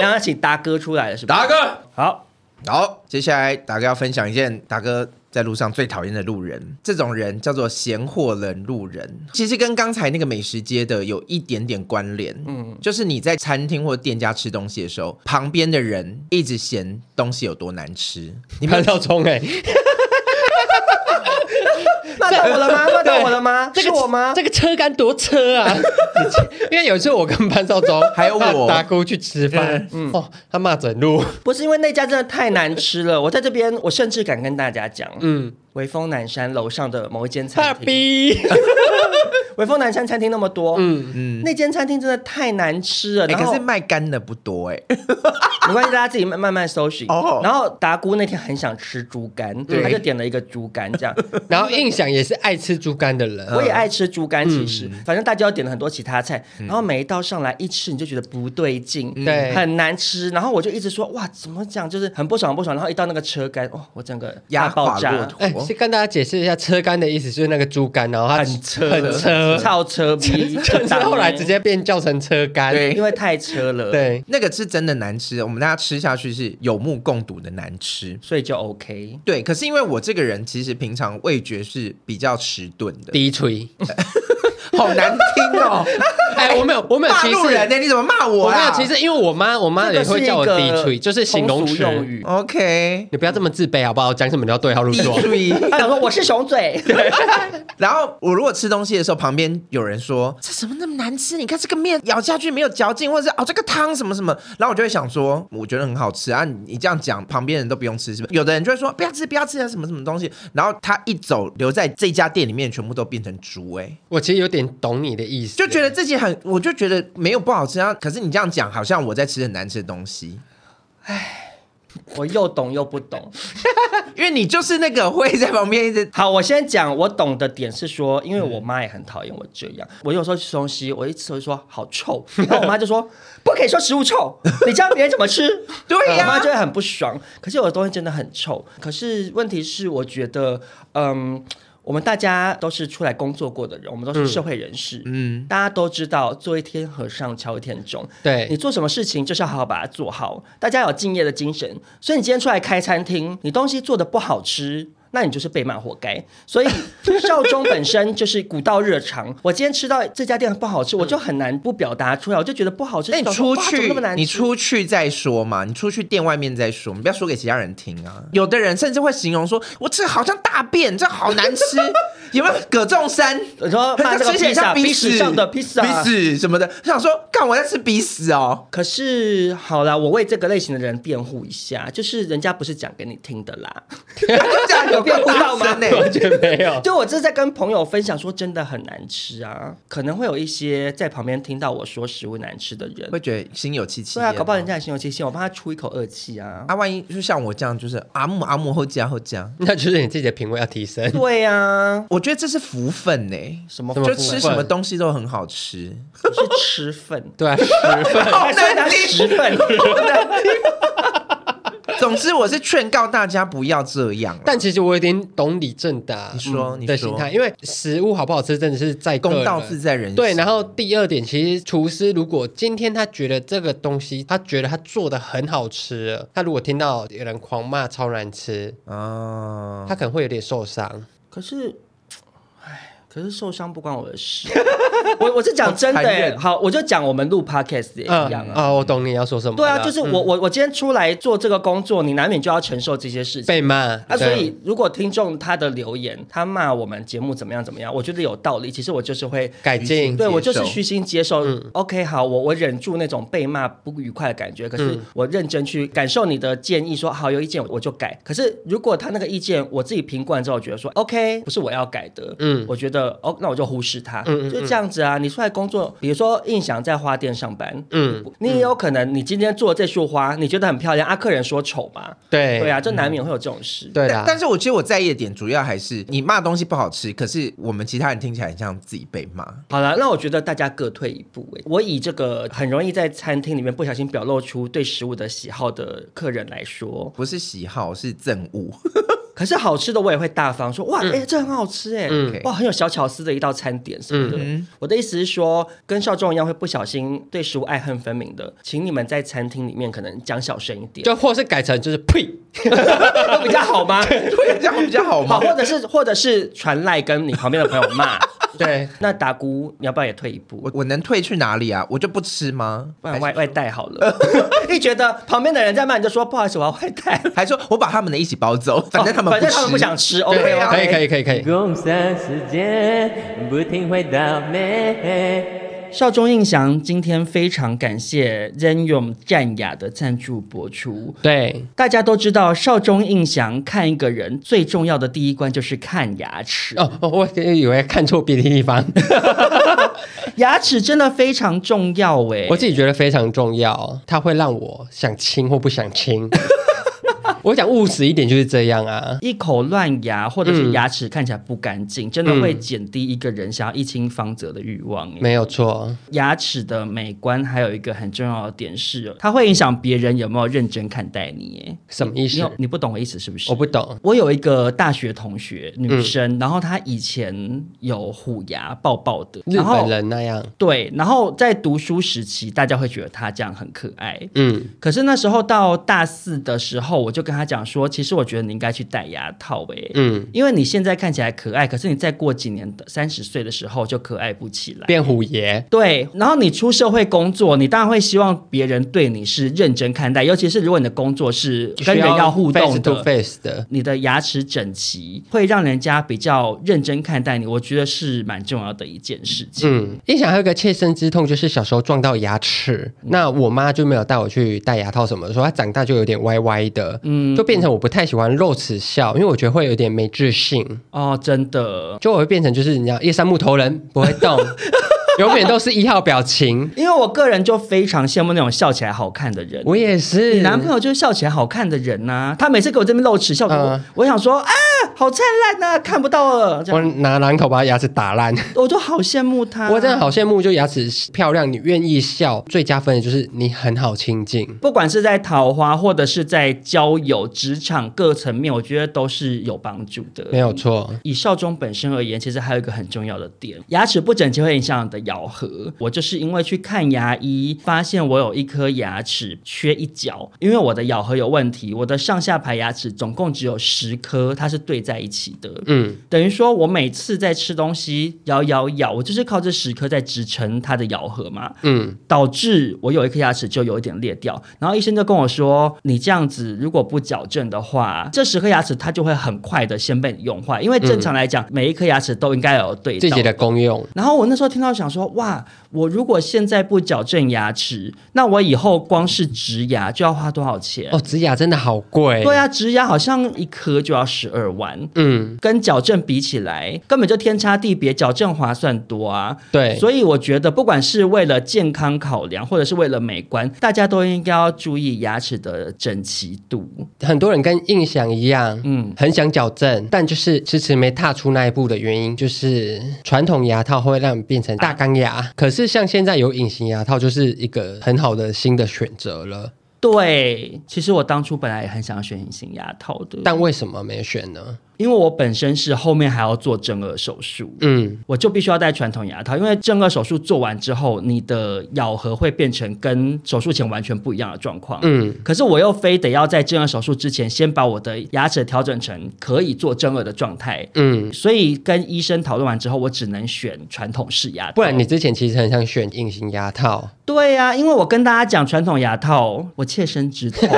B: 然后请达哥出来了，是吧？
D: 达哥，
B: 好，
D: 好，接下来达哥要分享一件达哥在路上最讨厌的路人，这种人叫做闲货冷路人。其实跟刚才那个美食街的有一点点关联，嗯，就是你在餐厅或店家吃东西的时候，旁边的人一直嫌东西有多难 吃，你
C: 你
D: 们
C: 潘少聪哎，
B: 骂到我了吗？骂到我了吗？
C: 这
B: 是
C: 个
B: 我吗？
C: 这个车杆多 车啊！因为有一次我跟潘少忠
D: 还有我
C: 大姑去吃饭，哦，他骂整路，
B: 不是因为那家真的太难吃了，我在这边，我甚至敢跟大家讲，嗯，微风南山楼上的某一间
C: 爸
B: 餐厅，
C: 比，
B: 微风南山餐厅那么多，嗯
C: 嗯
B: 嗯，那间餐厅真的太难吃了，
D: 哎、
B: 然后
D: 可是卖干的不多 哎、
B: 没关系，大家自己慢慢慢搜寻
D: 哦。
B: 然后达姑那天很想吃猪肝，他就点了一个猪肝这样。
C: 然后印象也是爱吃猪肝的人，
B: 我也爱吃猪肝，其实反正大家要点了很多其他菜，然后每一道上来一吃你就觉得不对劲，
C: 对
B: 很难吃。然后我就一直说哇，怎么讲就是很不爽很不爽。然后一到那个车肝，哦，我整个大
D: 压
B: 爆
D: 垮
B: 炸
D: 骆，驼。
C: 哎，先跟大家解释一下，车杆的意思就是那个猪肝，然后它
B: 哦很车
C: 很车，
B: 超车逼，
C: 甚至 后来直接变叫成车杆，
D: 对
B: 因为太车了，，
C: 对，
D: 那个是真的难吃，我们大家吃下去是有目共睹的难吃。
B: 所以就 OK。
D: 对，可是因为我这个人其实平常味觉是比较迟钝 的，
C: 低垂。
D: 好难听哦！
C: 哎，我没有，我没有
D: 骂
C: 歧
D: 路人
C: 视，
D: 呢、你怎么骂我
C: 我没有
D: 啊？
C: 歧视，因为我妈，我妈
B: 这
C: 也
B: 个
C: 会
B: 是
C: 叫
B: 一
C: 我低垂，
B: 个
C: 就是形容
B: 通
C: 词
B: 俗用语。
D: OK，
C: 你不要这么自卑好不好？讲什么你都要对号入座。
D: 注意。
B: 他想说我是熊嘴，
D: 然后我如果吃东西的时候，旁边有人说这什么那么难吃？你看这个面咬下去没有嚼劲，或者是哦这个汤什么什么，然后我就会想说，我觉得很好吃啊！你你这样讲，旁边人都不用吃是不是？有的人就会说不要吃不要吃啊什么什么东西，然后他一走，留在这家店里面全部都变成猪哎、
C: 我其实有点懂你的意思，
D: 就觉得自己很，我就觉得没有不好吃啊。可是你这样讲，好像我在吃很难吃的东西，
B: 我又懂又不懂。
D: 因为你就是那个会在旁边一直
B: 好，我先讲我懂的点是说，因为我妈也很讨厌我这样。我有时候吃东西，我一吃我就说好 臭，然后我妈就说不可以说食物臭，你教别人怎么吃。
D: 对呀
B: 我妈就会很不爽。可是我的东西真的很臭。可是问题是，我觉得，嗯。我们大家都是出来工作过的人，我们都是社会人士，嗯，大家都知道做一天和尚敲一天钟，
C: 对
B: 你做什么事情就是要好好把它做好，大家有敬业的精神。所以你今天出来开餐厅，你东西做的不好吃。那你就是被骂活该， 所以少中本身就是古道热肠。我今天吃到这家店不好吃，我就很难不表达出来，我就觉得不好吃。
D: 那你
B: 就想
D: 出
B: 说哇怎么
D: 去
B: 那么难，
D: 你
B: 吃
D: 出去再说嘛，你出去店外面再说，你不要说给其他人听啊。有的人甚至会形容说，我这好像大便，这好难吃，有没有？葛仲山，
B: 你说呃骂
D: 他
B: 这个
D: 吃起来
B: 披萨，
D: 像
B: 鼻
D: 鼻
B: 屎
D: 屎
B: 上的披萨，啊
D: 鼻屎什么的，想说，看我在吃鼻屎哦。
B: 可是好啦，我为这个类型的人辩护一下，就是人家不是讲给你听的啦。
D: 这样
B: 有辩护到吗
D: 呢？
C: 完全没有。
B: 就我这是在跟朋友分享说，真的很难吃啊，可能会有一些在旁边听到我说食物难吃的人
D: 会，觉得心有戚戚
B: 对
D: 焉。哦
B: 啊，搞不好人家也心有戚戚，我帮他出一口恶气啊。
D: 啊，万一就像我这样，就是阿木阿木后加后加，
C: 那就是你自己的品味要 提升。
B: 对啊，
D: 我觉得这是福分呢、
B: 什么
C: 什么
D: 就
C: 福
D: 吃
C: 分。
D: 什么东西都很好吃，
B: 是吃粪啊
C: 对啊，十分
B: 还说他食粪，
D: 总之，我是劝告大家不要这样啦。
C: 但其实我有点懂李正达
D: 你说
C: 嗯
D: 你
C: 的
D: 说
C: 心态，因为食物好不好吃真的是在个人
D: 公道自在人心
C: 对，然后第二点，其实厨师如果今天他觉得这个东西，他觉得他做的很好吃了，他如果听到有人狂骂超难吃，
D: 啊，
C: 他可能会有点受伤。
B: 可是，唉，可是受伤不关我的事。我我是讲真的
D: 好残
B: 欸、
D: 忍
B: 好，我就讲我们录 podcast 也一样啊。
C: 啊，我懂你要说什么了。嗯
B: 对啊，就是我我我今天出来做这个工作，你难免就要承受这些事情。
C: 被骂
B: 啊，所
C: 对
B: 以如果听众他的留言，他骂我们节目怎么样怎么样，我觉得有道理。其实我就是会，
C: 改进
B: 对
D: 接
B: 我就是
D: 受
B: 虚心接受。OK，好，我我忍住那种被骂不愉快的感觉，可是我认真去感受你的建议，说好有意见我就改。可是如果他那个意见我自己评估完之后，我觉得说 OK 不是我要改的，嗯，我觉得哦那我就忽视他，嗯就这样子啊。你出来工作，比如说印象在花店上班，
C: 嗯，
B: 你也有可能你今天做这束花，你觉得很漂亮，啊，客人说丑嘛，
C: 对
B: 对啊，就难免会有这种事。
C: 对啦
D: 但，但是我觉得我在意的点主要还是你骂东西不好吃，可是我们其他人听起来很像自己被骂。
B: 好了，那我觉得大家各退一步、欸。我以这个很容易在餐厅里面不小心表露出对食物的喜好的客人来说，
D: 不是喜好，是憎恶。
B: 可是好吃的我也会大方说，哇，哎、这很好吃哎、哇，很有小巧思的一道餐点什么的。我的意思是说，跟少壮一样会不小心对食物爱恨分明的，请你们在餐厅里面可能讲小声一点，
C: 就或是改成就是呸，
B: 会 比较好吗？
D: 对，这样比较好吗
B: 好，？或者是或者是传赖跟你旁边的朋友骂。
C: 对，
B: 那达姑，你要不要也退一步
D: 我？我能退去哪里啊？我就不吃吗？
B: 不然外外带好了， 一觉得旁边的人在骂，你就说不好意思，我要外带。
D: 还说我把他们的一起包走， 反正他们
B: 哦反正他们
D: 不
B: 不
D: 吃
B: 想吃，OK
C: 对可以可
B: 以。
C: 以可以可以，
E: 共三时间，不停回到美。
B: 少中印象今天非常感谢 Zenyum 战雅的赞助播出。
C: 对，
B: 大家都知道，少中印象看一个人最重要的第一关就是看牙齿。
C: 哦，哦我以为看错别的地 方，
B: 牙齿真的非常重要欸诶、
C: 我自己觉得非常重要，它会让我想亲或不 想亲。我想务实一点就是这样啊，
B: 一口乱牙，或者
C: 嗯
B: 是牙齿看起来不干净，真的会减低一个人想要一清方泽的欲望、欸。
C: 没有错，
B: 牙齿的美观还有一个很重要的点是，它会影响别人有没有认真看待你欸。
C: 什么意
B: 你
C: 思
B: 有？你不懂我意思是不是？
C: 我不懂，
B: 我有一个大学同学，女生，然后她以前有虎牙爆爆的，
C: 嗯日
B: 然后
C: 本人那样，
B: 对，然后在读书时期，大家会觉得她这样很可爱。
C: 嗯，
B: 可是那时候到大四的时候，我就跟她讲说，其实我觉得你应该去戴牙套、欸，
C: 嗯，
B: 因为你现在看起来可爱，可是你再过几年三十岁的时候就可爱不起来。
C: 变虎爷，
B: 对，然后你出社会工作，你当然会希望别人对你是认真看待，尤其是如果你的工作是跟人要互动
C: face to
B: 的。
C: face 的，
B: 你的牙齿整齐会让人家比较认真看待你，我觉得是蛮重要的一件事情。
C: 嗯，印象还有一个切身之痛，就是小时候撞到牙齿，
B: 嗯
C: 那我妈就没有带我去戴牙套什么的，说她长大就有点歪歪的，嗯，就变成我不太喜欢露齿笑，因为我觉得会有点没自信，
B: 哦，真的，
C: 就我会变成就是你知道夜山木头人不会动，永远都是一号表情。
B: 因为我个人就非常羡慕那种笑起来好看的人。
C: 我也是，
B: 你男朋友就是笑起来好看的人呐、他每次给我这边露齿笑，我、
C: 嗯
B: 我想说啊，好灿烂呐、看不到了，这
C: 我
B: 样
C: 拿榔头把他牙齿打烂。
B: 我就好羡慕他。
C: 我真的好羡慕，就牙齿漂亮，你愿意笑，最加分的就是你很好亲近。
B: 不管是在桃花，或者是在交友、职场各层面，我觉得都是有帮助的。
C: 没有错，
B: 以少中本身而言，其实还有一个很重要的点，牙齿不整齐会影响你的咬合。我就是因为去看牙医，发现我有一颗牙齿缺一角，因为我的咬合有问题，我的上下排牙齿总共只有十颗，它是对在一起的。
C: 嗯，
B: 等于说，我每次在吃东西咬咬咬，我就是靠这十颗在支撑它的咬合嘛。
C: 嗯，
B: 导致我有一颗牙齿就有一点裂掉。然后医生就跟我说，你这样子如果不矫正的话，这十颗牙齿它就会很快的先被你用坏，因为正常来讲，每一颗牙齿都应该有对到
C: 自己的。功用，
B: 然后我那时候听到想说，哇，我如果现在不矫正牙齿，那我以后光是植牙就要花多少钱？
C: 哦，植牙真的好贵。
B: 对，啊，植牙好像一颗就要十二万，
C: 嗯，
B: 跟矫正比起来，根本就天差地别，矫正划算多啊。
C: 对，
B: 所以我觉得，不管是为了健康考量，或者是为了美观，大家都应该要注意牙齿的整齐度。
C: 很多人跟印象一样，
B: 嗯
C: 嗯，很想矫正，但就是迟迟没踏出那一步的原因，就是传统牙套会让你变成大钢牙，可是像现在有隐形牙套，就是一个很好的新的选择了。
B: 对，其实我当初本来也很想选隐形牙套的，
C: 但为什么没选呢？
B: 因为我本身是后面还要做正颌手术，
C: 嗯，
B: 我就必须要戴传统牙套，因为正颌手术做完之后，你的咬合会变成跟手术前完全不一样的状况。
C: 嗯，
B: 可是我又非得要在正颌手术之前，先把我的牙齿调整成可以做正颌的状态。
C: 嗯，
B: 所以跟医生讨论完之后，我只能选传统式牙套。
C: 不然你之前其实很想选隐形牙套，
B: 对呀、因为我跟大家讲传统牙套，我切身之 痛，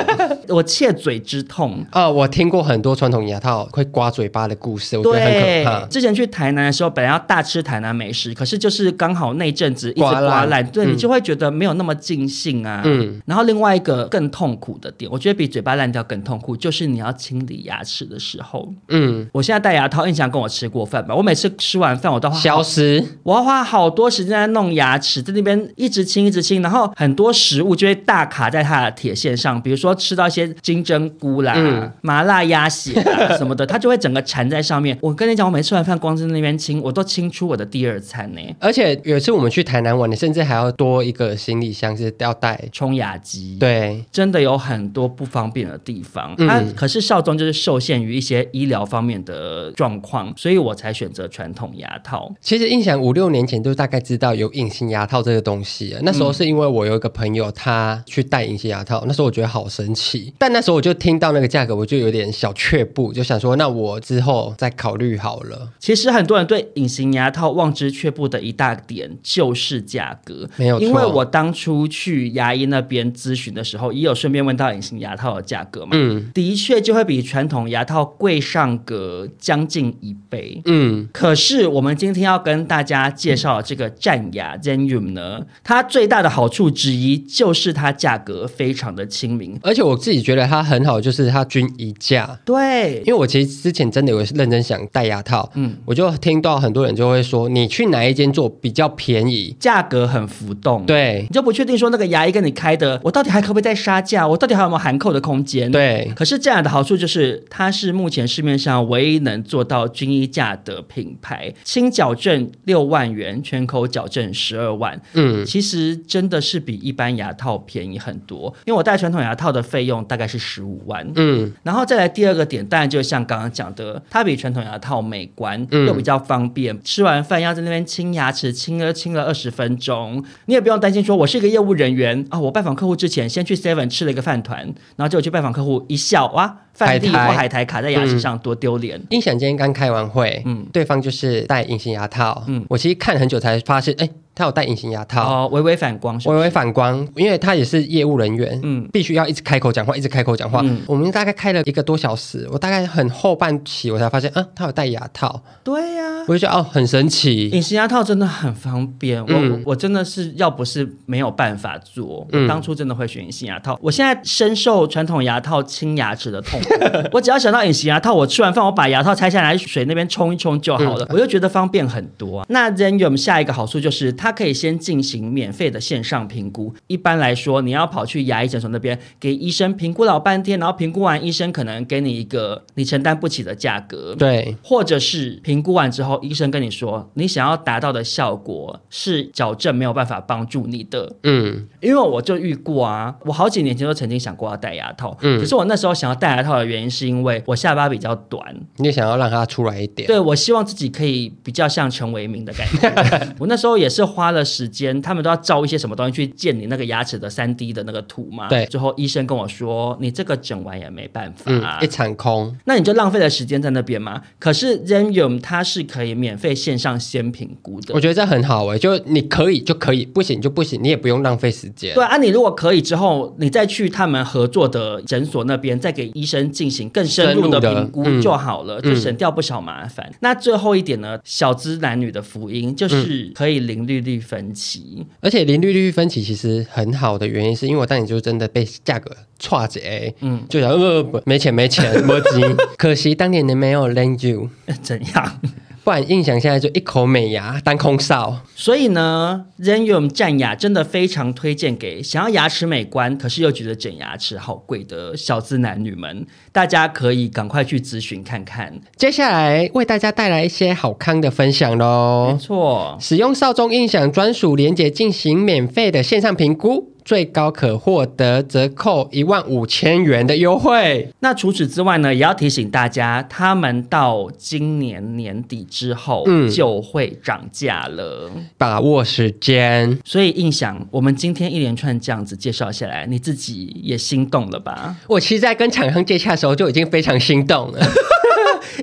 B: 我切嘴之痛。
C: 啊、我听过很多传统牙套会刮嘴巴的故事，我觉得很可
B: 对
C: 怕，。
B: 之前去台南的时候，本来要大吃台南美食，可是就是刚好那阵子一直
C: 刮烂
B: 刮烂，对、
C: 嗯
B: 你就会觉得没有那么尽兴啊。
C: 嗯
B: 然后另外一个更痛苦的点，我觉得比嘴巴烂掉更痛苦，就是你要清理牙齿的时候。
C: 嗯，
B: 我现在戴牙套，印象跟我吃过饭吧？我每次吃完饭，我都花
C: 消失，
B: 我要花好多时间在弄牙齿，在那边一直清一直清，然后很多食物就会大卡在它的铁线上，比如说吃到一些金针菇啦、
C: 嗯
B: 麻辣鸭血啦什么的，它就会整个缠在上面。我跟你讲，我每次吃完饭光是那边清，我都清出我的第二餐呢、
C: 而且有一次我们去台南玩，你甚至还要多一个行李箱是要带，
B: 冲牙机。。
C: 对，
B: 真的有很多不方便的地方，
C: 嗯
B: 啊、可是少中就是受限于一些医疗方面的状况，所以我才选择传统牙套。
C: 其实印象五六年前就大概知道有隐形牙套这个东西了。那时候是因为我有一个朋友他去戴隐形牙套，那时候我觉得好神奇，但那时候我就听到那个价格，我就有点小却步，就想说那我之后再考虑好了。
B: 其实很多人对隐形牙套望之却步的一大点就是价格，
C: 没有错
B: 因为我当初去牙医那边咨询的时候，也有顺便问到隐形牙套的价格嘛，
C: 嗯
B: 的确就会比传统牙套贵上个将近一倍。
C: 嗯，
B: 可是我们今天要跟大家介绍的这个战牙 Zenium 呢，它最大的好处之一就是它价格非常的亲民。
C: 而且我自己觉得它很好，就是它均一价。
B: 对
C: 因，为我其实之前真的有认真想戴牙套，
B: 嗯
C: 嗯，我就听到很多人就会说，你去哪一间做比较便宜？
B: 价格很浮动。。
C: 对
B: 你就不确定说那个牙医跟你开的，我到底还可不可以再杀价？我到底还有没有含扣的空间？。
C: 对，
B: 可是这样的好处就是，它是目前市面上唯一能做到均一价的品牌，轻矫正六万元，全口矫正十二万。
C: 嗯，
B: 其实真的是比一般牙套便宜很多，因为我戴传统牙套的费用大概是十五万。
C: 嗯，
B: 然后再来第二个点，当然就像刚刚讲的，它比传统牙套美观，
C: 嗯
B: 又比较方便。吃完饭要在那边清牙齿，清了清了二十分钟，你也不用担心说，我是一个业务人员啊、我拜访客户之前先去 Seven 吃了一个饭团，然后就去拜访客户，一笑哇，饭粒或
C: 海苔嗯
B: 海苔卡在牙齿上，多丢脸。
C: 音响今天刚开完会，
B: 嗯
C: 嗯，对方就是戴隐形牙套，
B: 嗯
C: 嗯，我其实看很久才发现，哎、他有戴隐形牙套，
B: 哦，微微反光是
C: 微
B: 吧？
C: 微反光，因为他也是业务人员，
B: 嗯
C: 嗯，必须要一直开口讲话，一直开口讲话。
B: 嗯
C: 我们大概开了一个多小时，我大概很后半期我才发现，啊，他有戴牙套，
B: 对呀、
C: 我就觉得哦，很神奇。
B: 隐形牙套真的很方便，我、
C: 嗯
B: 我真的是要不是没有办法做，我
C: 嗯
B: 当初真的会选隐形牙套。我现在深受传统牙套清牙齿的痛苦， 我只要想到隐形牙套，我吃完饭我把牙
C: 嗯
B: 套拆下来，水那边冲一冲就好了，我就觉得方便很多啊。那 Zenium 下一个好处就是他可以先进行免费的线上评估。一般来说，你要跑去牙医诊所那边给医生评估老半天，然后评估完，医生可能给你一个你承担不起的价格。
C: 对，
B: 或者是评估完之后，医生跟你说，你想要达到的效果是矫正没有办法帮助你的。
C: 嗯，
B: 因为我就遇过啊，我好几年前都曾经想过要戴牙套，
C: 嗯
B: 可是我那时候想要戴牙套的原因是因为我下巴比较短，
C: 你想要让它出来一点，
B: 对我希望自己可以比较像陈为民的感 觉。我那时候也是花了时间，他们都要照一些什么东西去建你那个牙齿的三 D 的那个图嘛。
C: 对
B: 最后医生跟我说，你这个整完也没办法。
C: 嗯，一场空，
B: 那你就浪费了时间在那边嘛。可是 Zenium 它是可以免费线上先评估的
C: 我，觉得这很好哎、就你可以就可以，不行就不行，你也不用浪费时间。
B: 对啊，你如果可以之后，你再去他们合作的诊所那边，再给医生进行更深入的
C: 深入的
B: 评估
C: 嗯
B: 就好了，就省掉不少麻烦。那最后一点呢，小资男女的福音
C: 嗯
B: 就是可以零利率分期。
C: 而且零利率分歧其实很好的原因，是因为我当年就真的被价格差着，嗯，就想呃不没钱没钱没钱，可惜当年你没有 land you，
B: 怎样？
C: 不然印象现在就一口美牙当空少，
B: 所以呢 z e n u m 战牙真的非常推荐给想要牙齿美观，可是又觉得整牙齿好贵的小资男女们，大家可以赶快去咨询看看。
C: 接下来为大家带来一些好康的分享
B: 没
C: 喽。
B: 错，
C: 使用少中音响专属连接进行免费的线上评估，最高可获得折扣一万五千元的优惠。
B: 那除此之外呢，也要提醒大家，他们到今年年底之后
C: 嗯
B: 就会涨价了。
C: 把握时间，
B: 所以印象，我们今天一连串这样子介绍下来，你自己也心动了 吧？
C: 我其实在跟厂商接洽的时候就已经非常心动了。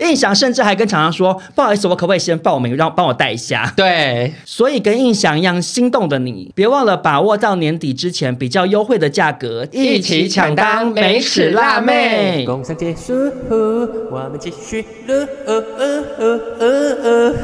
B: 印象甚至还跟厂商说：“不好意思，我可不可以先报名，让帮我带一下？”
C: 对，
B: 所以跟印象一样心动的你，别忘了把握到年底之前比较优惠的价格，
C: 一起抢当美齿辣妹。
E: 工商结束，我们继续录。哦哦哦哦哦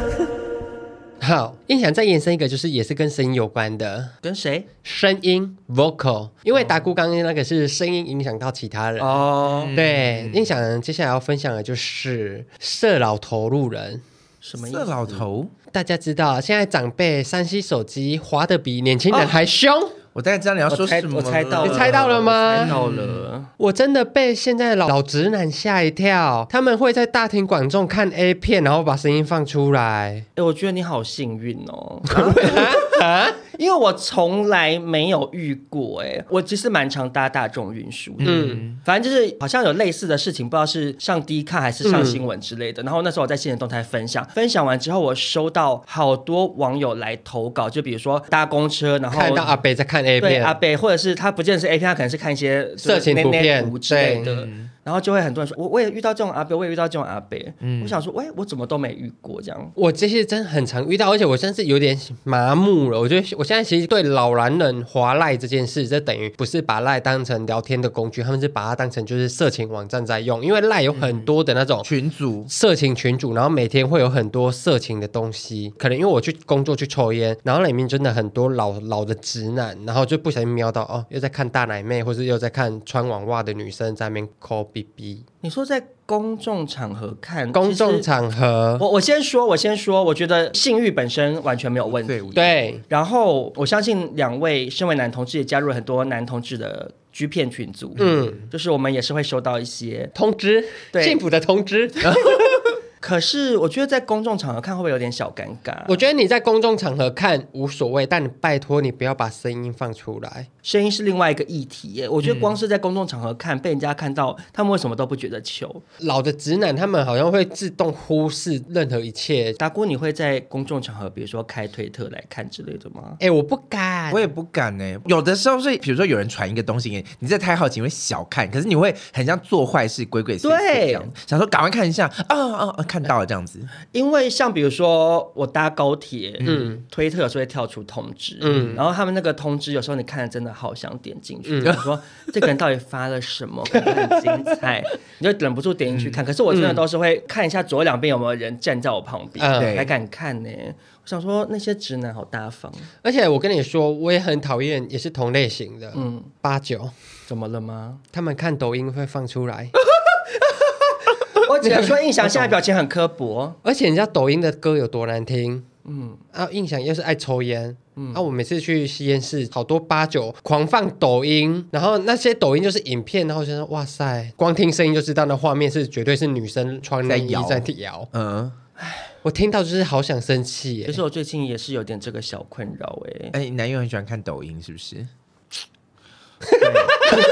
C: 好，印象再延伸一个，就是也是跟声音有关的
B: 跟谁？
C: 声音 vocal，因为达姑刚刚那个是声音影响到其他人。
B: 哦，
C: 对，印象接下来要分享的就是色老头路人。
B: 什么意
D: 这
B: 思？
D: 老头，
C: 大家知道，现在长辈三 C 手机滑的比年
B: 哦
C: 轻人还凶。
D: 我大概知道你要
B: 我
D: 说
B: 猜
D: 什么
B: 我猜到了，
C: 你猜到了吗
B: 我猜到了。
C: 我真的被现在的老老直男吓一跳，他们会在大庭广众看 A 片，然后把声音放出来。
B: 哎、我觉得你好幸运哦，
C: 啊
B: 因为我从来没有遇过、哎，我其实蛮常搭大众运输的，嗯，反正就是好像有类似的事情，不知道是上 D 看还
C: 嗯
B: 是上新闻之类的。然后那时候我在新人动态分享，分享完之后，我收到好多网友来投稿，就比如说搭公车，然后
C: 看到阿北在看 A
B: 哦对
C: 片，
B: 阿贝，或者是他不见得是 A 片，他可能是看一些就是
C: 色情
B: 内
C: 图片
B: 内图之类
C: 对嗯
B: 的。然后就会很多人说，我我也遇到这种阿贝，我也遇到这种阿贝。
C: 嗯
B: 我想说，喂，我怎么都没遇过这样。
C: 我这些真的很常遇到，而且我真是有点麻木了。我觉得我现在其实对老男人滑赖这件事，这等于不是把赖当成聊天的工具，他们是把它当成就是色情网站在用，因为赖有很多的那种
D: 群组
C: 色情群主，然后每天会有很多色情的东西，可能因为我去工作去抽烟，然后里面真的很多老老的直男，然后就不小心瞄到哦，又在看大奶妹，或是又在看穿网袜的女生在那边抠 B B，
B: 你说在公众场合看
C: 公众，
B: 其实
C: 场合，
B: 我我先说，我先说，我觉得性欲本身完全没有问
D: 对
B: 题。
C: 对，
B: 然后我相信两位身为男同志也加入了很多男同志的 G 片群组，
C: 嗯，
B: 就是我们也是会收到一些。
C: 通知，
B: 对
C: 幸福的通 知。
B: 可是我觉得在公众场合看会不会有点小尴尬？
C: 我觉得你在公众场合看无所谓，但你拜托你不要把声音放出来。
B: 声音是另外一个议题耶。我觉
C: 嗯
B: 得光是在公众场合看，被人家看到，他们为什么都不觉得糗？
C: 老的直男他们好像会自动忽视任何一切。
B: 达姑，你会在公众场合，比如说开推特来看之类的吗？
C: 哎、我不敢，
D: 我也不敢呢、有的时候是，比如说有人传一个东西给你，你这太好奇，你会小看，可是你会很像做坏事、鬼鬼祟祟
B: 对呃
D: 这样，想说赶快看一下，啊啊啊，看到了这样子，
B: 因为像比如说我搭高铁，
C: 嗯
B: 嗯，推特有时候会跳出通知，嗯，
C: 嗯
B: 然后他们那个通知有时候你看了真的好想点进去，想 说这个人到底发了什么，感觉很精 彩，你就忍不住点进去看。可是我真的都是会看一下左右两边有没有人站在我旁边，
C: 嗯
D: 对
B: 才敢看呢、我想说那些直男好大方，
C: 而且我跟你说，我也很讨厌，也是同类型的，嗯，八九，
B: 怎么了吗？
C: 他们看抖音会放出来，
B: 我只能说印象现在表情很刻薄，
C: 而且你知道抖音的歌有多难听？
D: 嗯
C: 啊，印象又是爱抽烟。啊，我每次去吸烟室，好多八九狂放抖音，然后那些抖音就是影片，然后就说哇塞，光听声音就知道那画面是绝对是女生穿内衣
D: 在摇
C: 在摇。
D: 嗯，
C: 我听到就是好想生气耶
B: 其，实我最近也是有点这个小困扰哎、
D: 哎、你男友很喜欢看抖音是不是？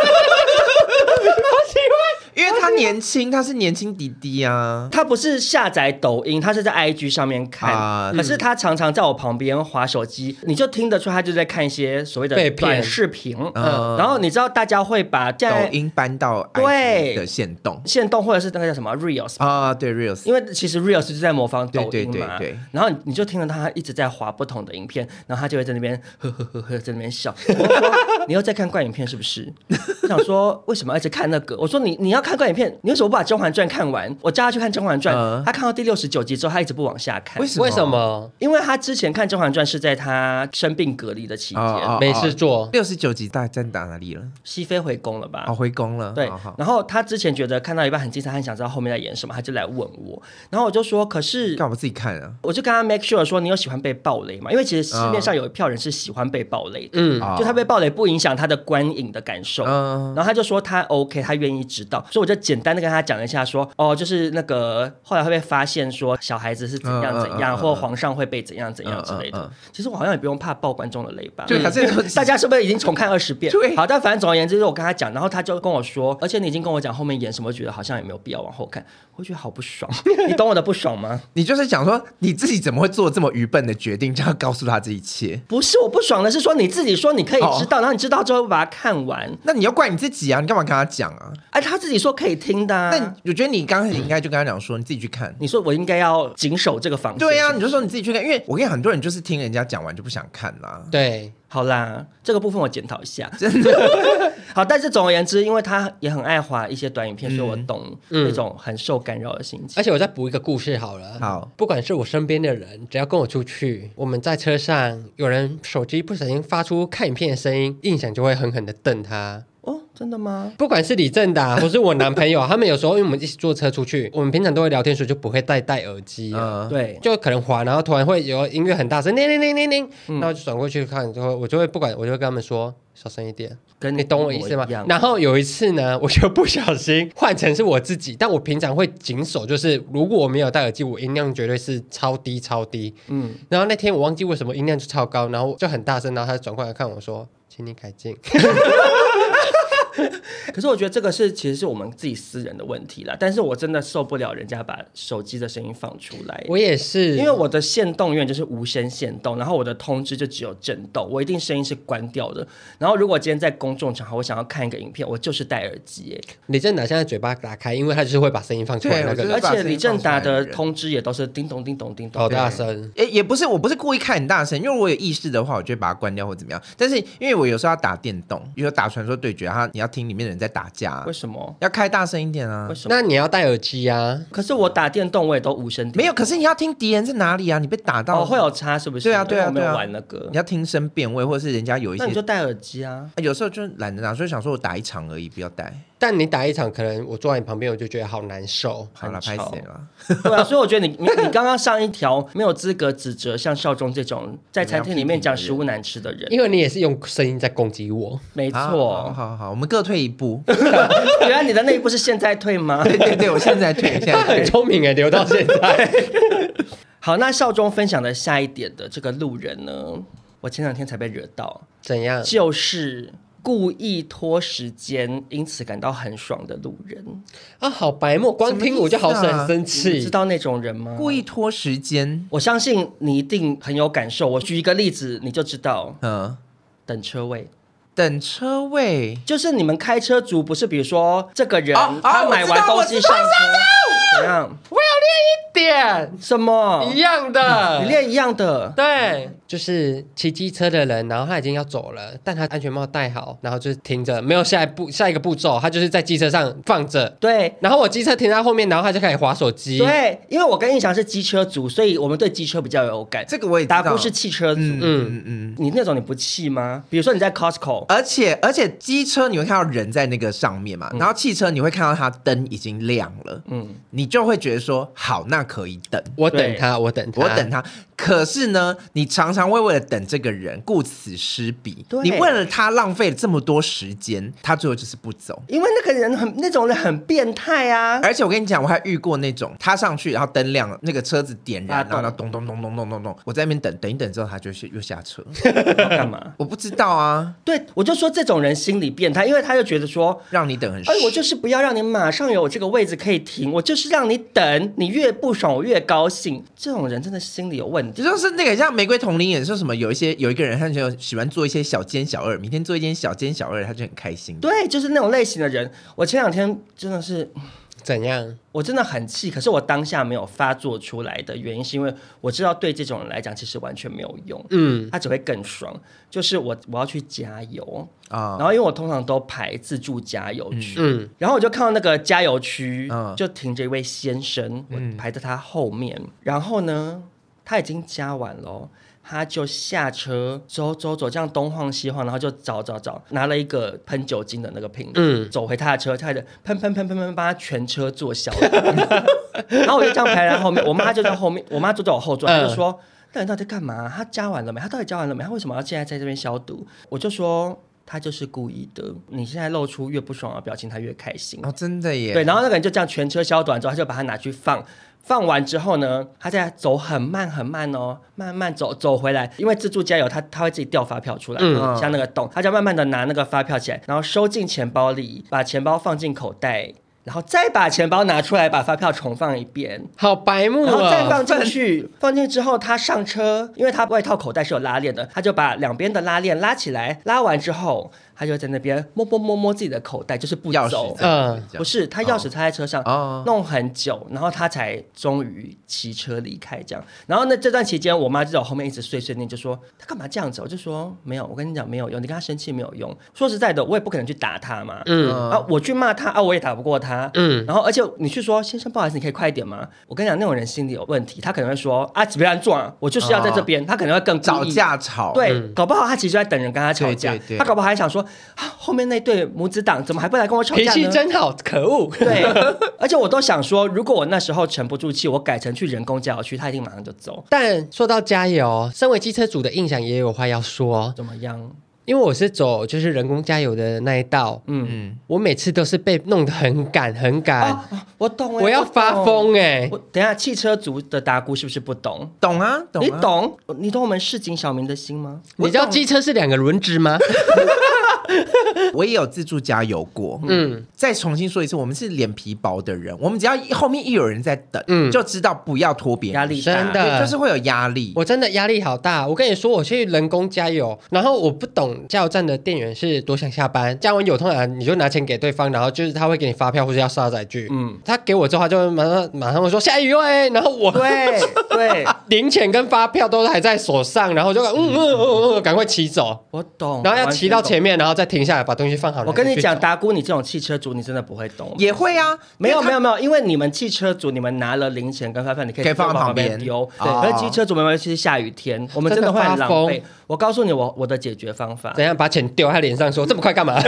D: 因为他年轻，他是年轻弟弟啊。
B: 他不是下载抖音，他是在 IG 上面看，
D: 啊
B: 可是他常常在我旁边划手机，你就听得出他就在看一些所谓
C: 被
B: 的
C: 骗
B: 短视频。
D: 嗯
B: 嗯，然后你知道大家会把现
D: 抖
B: 在
D: 音搬到 IG
B: 对
D: 的线动
B: 现动或者是那个叫什么 Reels，
D: 啊，对 Reels，
B: 因为其实 Reels 就在模仿抖音嘛，
D: 对对对对
B: 然后你你就听到他一直在划不同的影片，然后他就会在那边呵呵呵呵在那边笑。我就说 你又在看怪影片是不是？我想说为什么要一直看那个？我说你你要看怪影片，你为什么不把《甄嬛传》看完？我叫他去看《甄嬛传》
D: 嗯
B: 他看到第六十九集之后，他一直不往下看。
D: 为什么？啊
C: 为什么？
B: 因为他之前看《甄嬛传》是在他生病隔离的期间，
D: 哦
C: 没事做
D: 六十九集大概在打哪里了？
B: 熹妃回宫了吧？
D: 哦，回宫了。
B: 对
D: 好好，
B: 然后他之前觉得看到一半很精彩，他很想知道后面在演什么，他就来问我，然后我就说，可是
D: 干嘛自己看啊？
B: 我就跟他 make sure 说，你有喜欢被暴雷吗？因为其实市面上有一票人是喜欢被暴雷的，
C: 嗯
D: 啊
B: 就他被暴雷不影响他的观影的感受。
D: 嗯
B: 然后他就说他 OK，他愿意知道，所以我就简单的跟他讲了一下说，哦，就是那个后来会被发现说小孩子是怎样怎样，
D: 嗯嗯嗯嗯
B: 或皇上会被怎样怎样之类的。
D: 嗯嗯嗯
B: 其实我好像也不用怕爆观众的雷吧？嗯
D: 对，他这个
B: 大家是不是已经重看二十遍
D: 对？
B: 好，但反正总而言之，就是我跟他讲，然后他就跟我说，而且你已经跟我讲后面演什么，觉得好像也没有必要往后看，我觉得好不爽。你懂我的不爽吗？
D: 你就是讲说你自己怎么会做这么愚笨的决定，就要告诉他这一切？
B: 不是我不爽的是说你自己说你可以知道，然后你知道之后把它看完，
D: 那你要怪你自己啊！你干嘛跟他讲啊？
B: 哎，他自己说可以听的、啊。
D: 那你我觉得你刚开始应该就跟他讲说，你自己去看。
B: 你说我应该要谨守这个防线。
D: 对啊呀、
B: 是
D: 你
B: 吗
D: 就说你自己去看，因为我跟你讲很多人就是听人家讲完就不想看 啦。
C: 对，
B: 好啦，这个部分我检讨一下。真的好，但是总而言之，因为他也很爱滑一些短影片，所以我懂
D: 嗯
B: 那种很受干扰的心情。
C: 而且我再补一个故事好了。
D: 好，
C: 不管是我身边的人，只要跟我出去，我们在车上，有人手机不小心发出看影片的声音，印象就会狠狠的瞪他。
D: 嗯
B: 哦，真的吗？
C: 不管是李正达、 或是我男朋友，他们有时候因为我们一起坐车出去，我们平常都会聊天，所以就不会戴戴耳机、啊。
D: 嗯，
B: 对，
C: 就可能滑，然后突然会有音乐很大声，铃铃铃铃铃，
B: 嗯
C: 然后就转过去看，就会我就会不管，我就会跟他们说小声一点，
B: 跟
C: 你懂我意思吗
B: 一样？
C: 然后有一次呢，我就不小心换成是我自己，但我平常会谨守，就是如果我没有戴耳机，我音量绝对是超低超低。嗯
B: 嗯，
C: 然后那天我忘记为什么音量就超高，然后就很大声，然后他就转过来看我说，请你改进。
B: 可是我觉得这个是其实是我们自己私人的问题啦，但是我真的受不了人家把手机的声音放出来。
C: 我也是，
B: 因为我的限动永远就是无声限动，然后我的通知就只有震动，我一定声音是关掉的。然后如果今天在公众场合，我想要看一个影片，我就是戴耳机、
C: 李正达现在嘴巴打开，因为他就是会把声音放出来
D: 对
C: 那个
D: 我
B: 哎
C: 人
D: 觉得
B: 而
D: 把声音
B: 且李正达
D: 放出来
B: 的
D: 的人
B: 通知也都是叮咚叮咚叮咚，
D: 哦
C: 好大声。
D: 也也不是，我不是故意开很大声，因为我有意识的话，我就会把它关掉或怎么样。但是因为我有时候要打电动，比如说打传说对决，然后你要听里面的人在打架啊
B: 为，什么？
D: 要开大声一点啊
B: 为。什么？
C: 那你要戴耳机啊。
B: 可是我打电动我也都无声，
D: 没有，可是你要听敌人在哪里啊？你被打到
B: 哦会有差是不是？
D: 对啊对啊
B: 因为我没
D: 对
B: 有
D: 啊
B: 玩那个
D: 你，要听声辨位，或是人家有一些
B: 那你就戴耳机啊。
D: 有时候就懒得拿，所以想说我打一场而已，不要带。
C: 但你打一场，可能我坐在你旁边，我就觉得好难受。
D: 好了，拍
B: 很吵
D: 谁了？
B: 对啊，所以我觉得你你你刚刚上一条没有资格指责像少中这种在餐厅里面讲食物难吃的人，
C: 因为你也是用声音在攻击我，
B: 没
D: 好啊好
B: 错。
D: 好好好，我们各退一步。
B: 原来你的那一步是现在退吗？
D: 对对对，我现在退，现
C: 他
D: 在
C: 很
D: 退。
C: 聪明哎，留到现 在。
B: 好，那少中分享的下一点的这个路人呢，我前两天才被惹到，
C: 怎样？
B: 就是故意拖时间，因此感到很爽的路人，
C: 啊，好白目，光听我就好想生
D: 啊
B: 你
C: 气
B: 知。道那种人吗？
D: 故意拖时间，
B: 我相信你一定很有感受。我举一个例子，你就知道
D: 嗯，
B: 等车位。
D: 等车位。
B: 就是你们开车族不是，比如说这个人、
D: 哦哦
B: 他买完东西上车，怎样？
C: 啊我有练一
B: 什么？
C: 点一样的，
B: 你练一样的，
C: 对，就是骑机车的人，然后他已经要走了，但他安全帽戴好，然后就是停着，没有下一步下一个步骤，他就是在机车上放着。
B: 对。
C: 然后我机车停在后面，然后他就开始划手机。，
B: 对，因为我跟印象是机车族，所以我们对机车比较有感。
D: 这个我也知道
B: 达姑是汽车族，
D: 嗯嗯嗯。
B: 你那种你不气吗？比如说你在 Costco，
D: 而且而且，机车你会看到人在那个
B: 嗯
D: 上面嘛，然后汽车你会看到它灯已经亮了，嗯，你就会觉得说好，那可以等。
C: 我
B: 对
C: 等他，我等他，
B: 啊
D: 我等他，可是呢，你常常会为了等这个人顾此失彼
B: 对，
D: 你为了他浪费了这么多时间，他最后就是不走。
B: 因为那个人很那种人很变态 啊，
D: 而且我跟你讲，我还遇过那种他上去，然后灯亮，那个车子点
B: 发
D: 燃，
B: 动
D: 然后咚咚咚咚咚咚咚，我在那边等等一等之后，他就去又下 车。
B: 要干嘛？
D: 我不知道啊，
B: 对，我就说这种人心理变态，因为他就觉得说，
D: 让你等很
B: 哎，我就是不要让你马上有这个位置可以停，我就是让你等，你越不爽我越高兴。这种人真的心理有问题。
D: 就像是那个像玫瑰同龄演说什么，有一些有一个人他就喜欢做一些小奸小恶，明天做一件小奸小恶，他就很开心。
B: 对，就是那种类型的人。我前两天真的是，
C: 怎样？
B: 我真的很气，可是我当下没有发作出来的原因，是因为我知道对这种人来讲，其实完全没有用，
C: 嗯，
B: 他只会更爽。就是我我要去加油，
D: 啊
B: 然，后因为我通常都排自助加油区，
C: 嗯
B: 然后我就看到那个加油区、
D: 嗯
B: 就停着一位先生，我
C: 嗯
B: 排在他后面。然后呢，他已经加完了哦，他就下车走走走，这样东晃西晃，然后就找找找，拿了一个喷酒精的那个瓶子，
C: 嗯
B: 走回他的车，他就喷喷喷喷喷，把他全车做小。 然后我就这样排在后面，我妈就在后面，我妈坐在我后座，
C: 嗯
B: 她就说。那人到底在干嘛？他加完了没？他到底加完了没？他为什么要现在在这边消毒？我就说他就是故意的。你现在露出越不爽的表情，他越开心。
D: 哦，真的耶，
B: 对，然后那个人就这样全车消毒完之后，他就把它拿去放。放完之后呢，他再走很慢很慢哦，慢慢走走回来，因为自助加油他他会自己掉发票出来，
D: 嗯
B: 像那个洞，他就慢慢的拿那个发票起来，然后收进钱包里，把钱包放进口袋，然后再把钱包拿出来，把发票重放一遍，
C: 好白目
B: 然后再
C: 啊、
B: 放进去，放进去之后，他上车，因为他外套口袋是有拉链的，他就把两边的拉链拉起来，拉完之后，他就在那边摸摸摸摸自己的口袋，就是不
D: 钥匙
B: 走
D: 这。样子，
B: 不是，他钥匙插在车上，
D: 哦
B: 弄很久，然后他才终于骑车离开这样。然后呢，这段期间，我妈就在我后面一直碎碎念，就说他干嘛这样子？我就说没有，我跟你讲没有用，你跟他生气没有用。说实在的，我也不可能去打他嘛，
D: 嗯
C: 嗯
B: 啊，我去骂他啊，我也打不过他，嗯
C: 嗯，
B: 然后而且你去说先生，不好意思，你可以快一点吗？我跟你讲，那种人心里有问题，他可能会说啊，怎么样撞，我就是要在这
C: 哦
B: 边，他可能会更故
D: 找
B: 意。
D: 架吵，
B: 对，
C: 嗯
B: 搞不好他其实就在等人跟他吵
D: 对
B: 架，
D: 对对
B: 他搞不好还想说啊，后面那对母子档怎么还不来跟我吵架
C: 脾
B: 呢？
C: 气真好，可恶。
B: 对，而且我都想说，如果我那时候沉不住气，我改成去人工加油区，他一定马上就走，
C: 但说到加油，身为机车主的印象也有话要说，
B: 怎么样？
C: 因为我是走就是人工加油的那一道，
B: 嗯，
C: 我每次都是被弄得很赶很赶，
B: 啊，啊我懂欸，
C: 哎我要
B: 懂
C: 发。疯哎、
B: 我等一下，汽车族的达姑是不是不懂？
D: 懂啊，懂啊，
B: 你懂？你懂我们市井小民的心吗？
C: 你知道机车是两个轮值吗？
D: 我也有自助加油过，嗯，再重新说一次，我们是脸皮薄的人，我们只要一后面一有人在等，
C: 嗯
D: 就知道不要拖别人
B: 压力大
C: 真
D: 对
C: 的
D: 就是会有压力。
C: 我真的压力好大。我跟你说，我去人工加油，然后我不懂加油站的店员是多想下班。加完油通常你就拿钱给对方，然后就是他会给你发票或者要刷载具。
B: 嗯
C: 嗯，他给我之后，他就会马上马上会说下雨哟、欸，然后 我
B: 对对，
C: 零钱跟发票都还在手上，然后就嗯嗯嗯嗯嗯，赶快骑走，
B: 我懂。
C: 然后要骑到前
B: 面。
C: 面，然后再停下来把东西放好。
B: 我跟你讲，
C: 然后
B: 达姑，你这种汽车族，你真的不会懂。
D: 也会啊，
B: 没有没
D: 有，
B: 有没有，因为你们汽车族，你们拿了零钱跟发票，你可以
D: 可以放
B: 往
D: 旁
B: 边
D: 边
B: 丢。
D: 对
B: 可是机车族没关系，是下雨天，我们真
C: 真
B: 的
C: 的
B: 会很
C: 发
B: 狼狈
C: 疯。
B: 我告诉你，我我的解决方法
C: 去走怎样把钱丢在他脸上说这么快干嘛？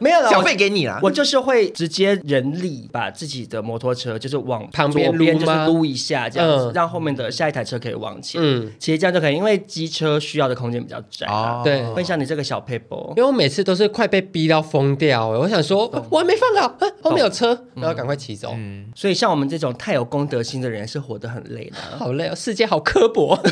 B: 没有了，
D: 小
B: 我
D: 费给你啦。啊
B: 我就是会直接人力把自己的摩托车就是往
C: 旁边
B: 左边
C: 撸
B: 就
C: 吗
B: 是撸一下，这样子、
C: 嗯
B: 让后面的下一台车可以往前。
C: 嗯
B: 其实这样就可以，因为机车需要的空间比较窄、
D: 哦
B: 啊。
C: 对
B: 分享你这个小 paper，
C: 因为我每次都是快被逼到疯掉、欸，我想说我还没放好，啊后面有车，然后赶快骑走。
B: 所以像我们这种太有公德心的人是活得很累的。
C: 好累哦，世界好刻薄。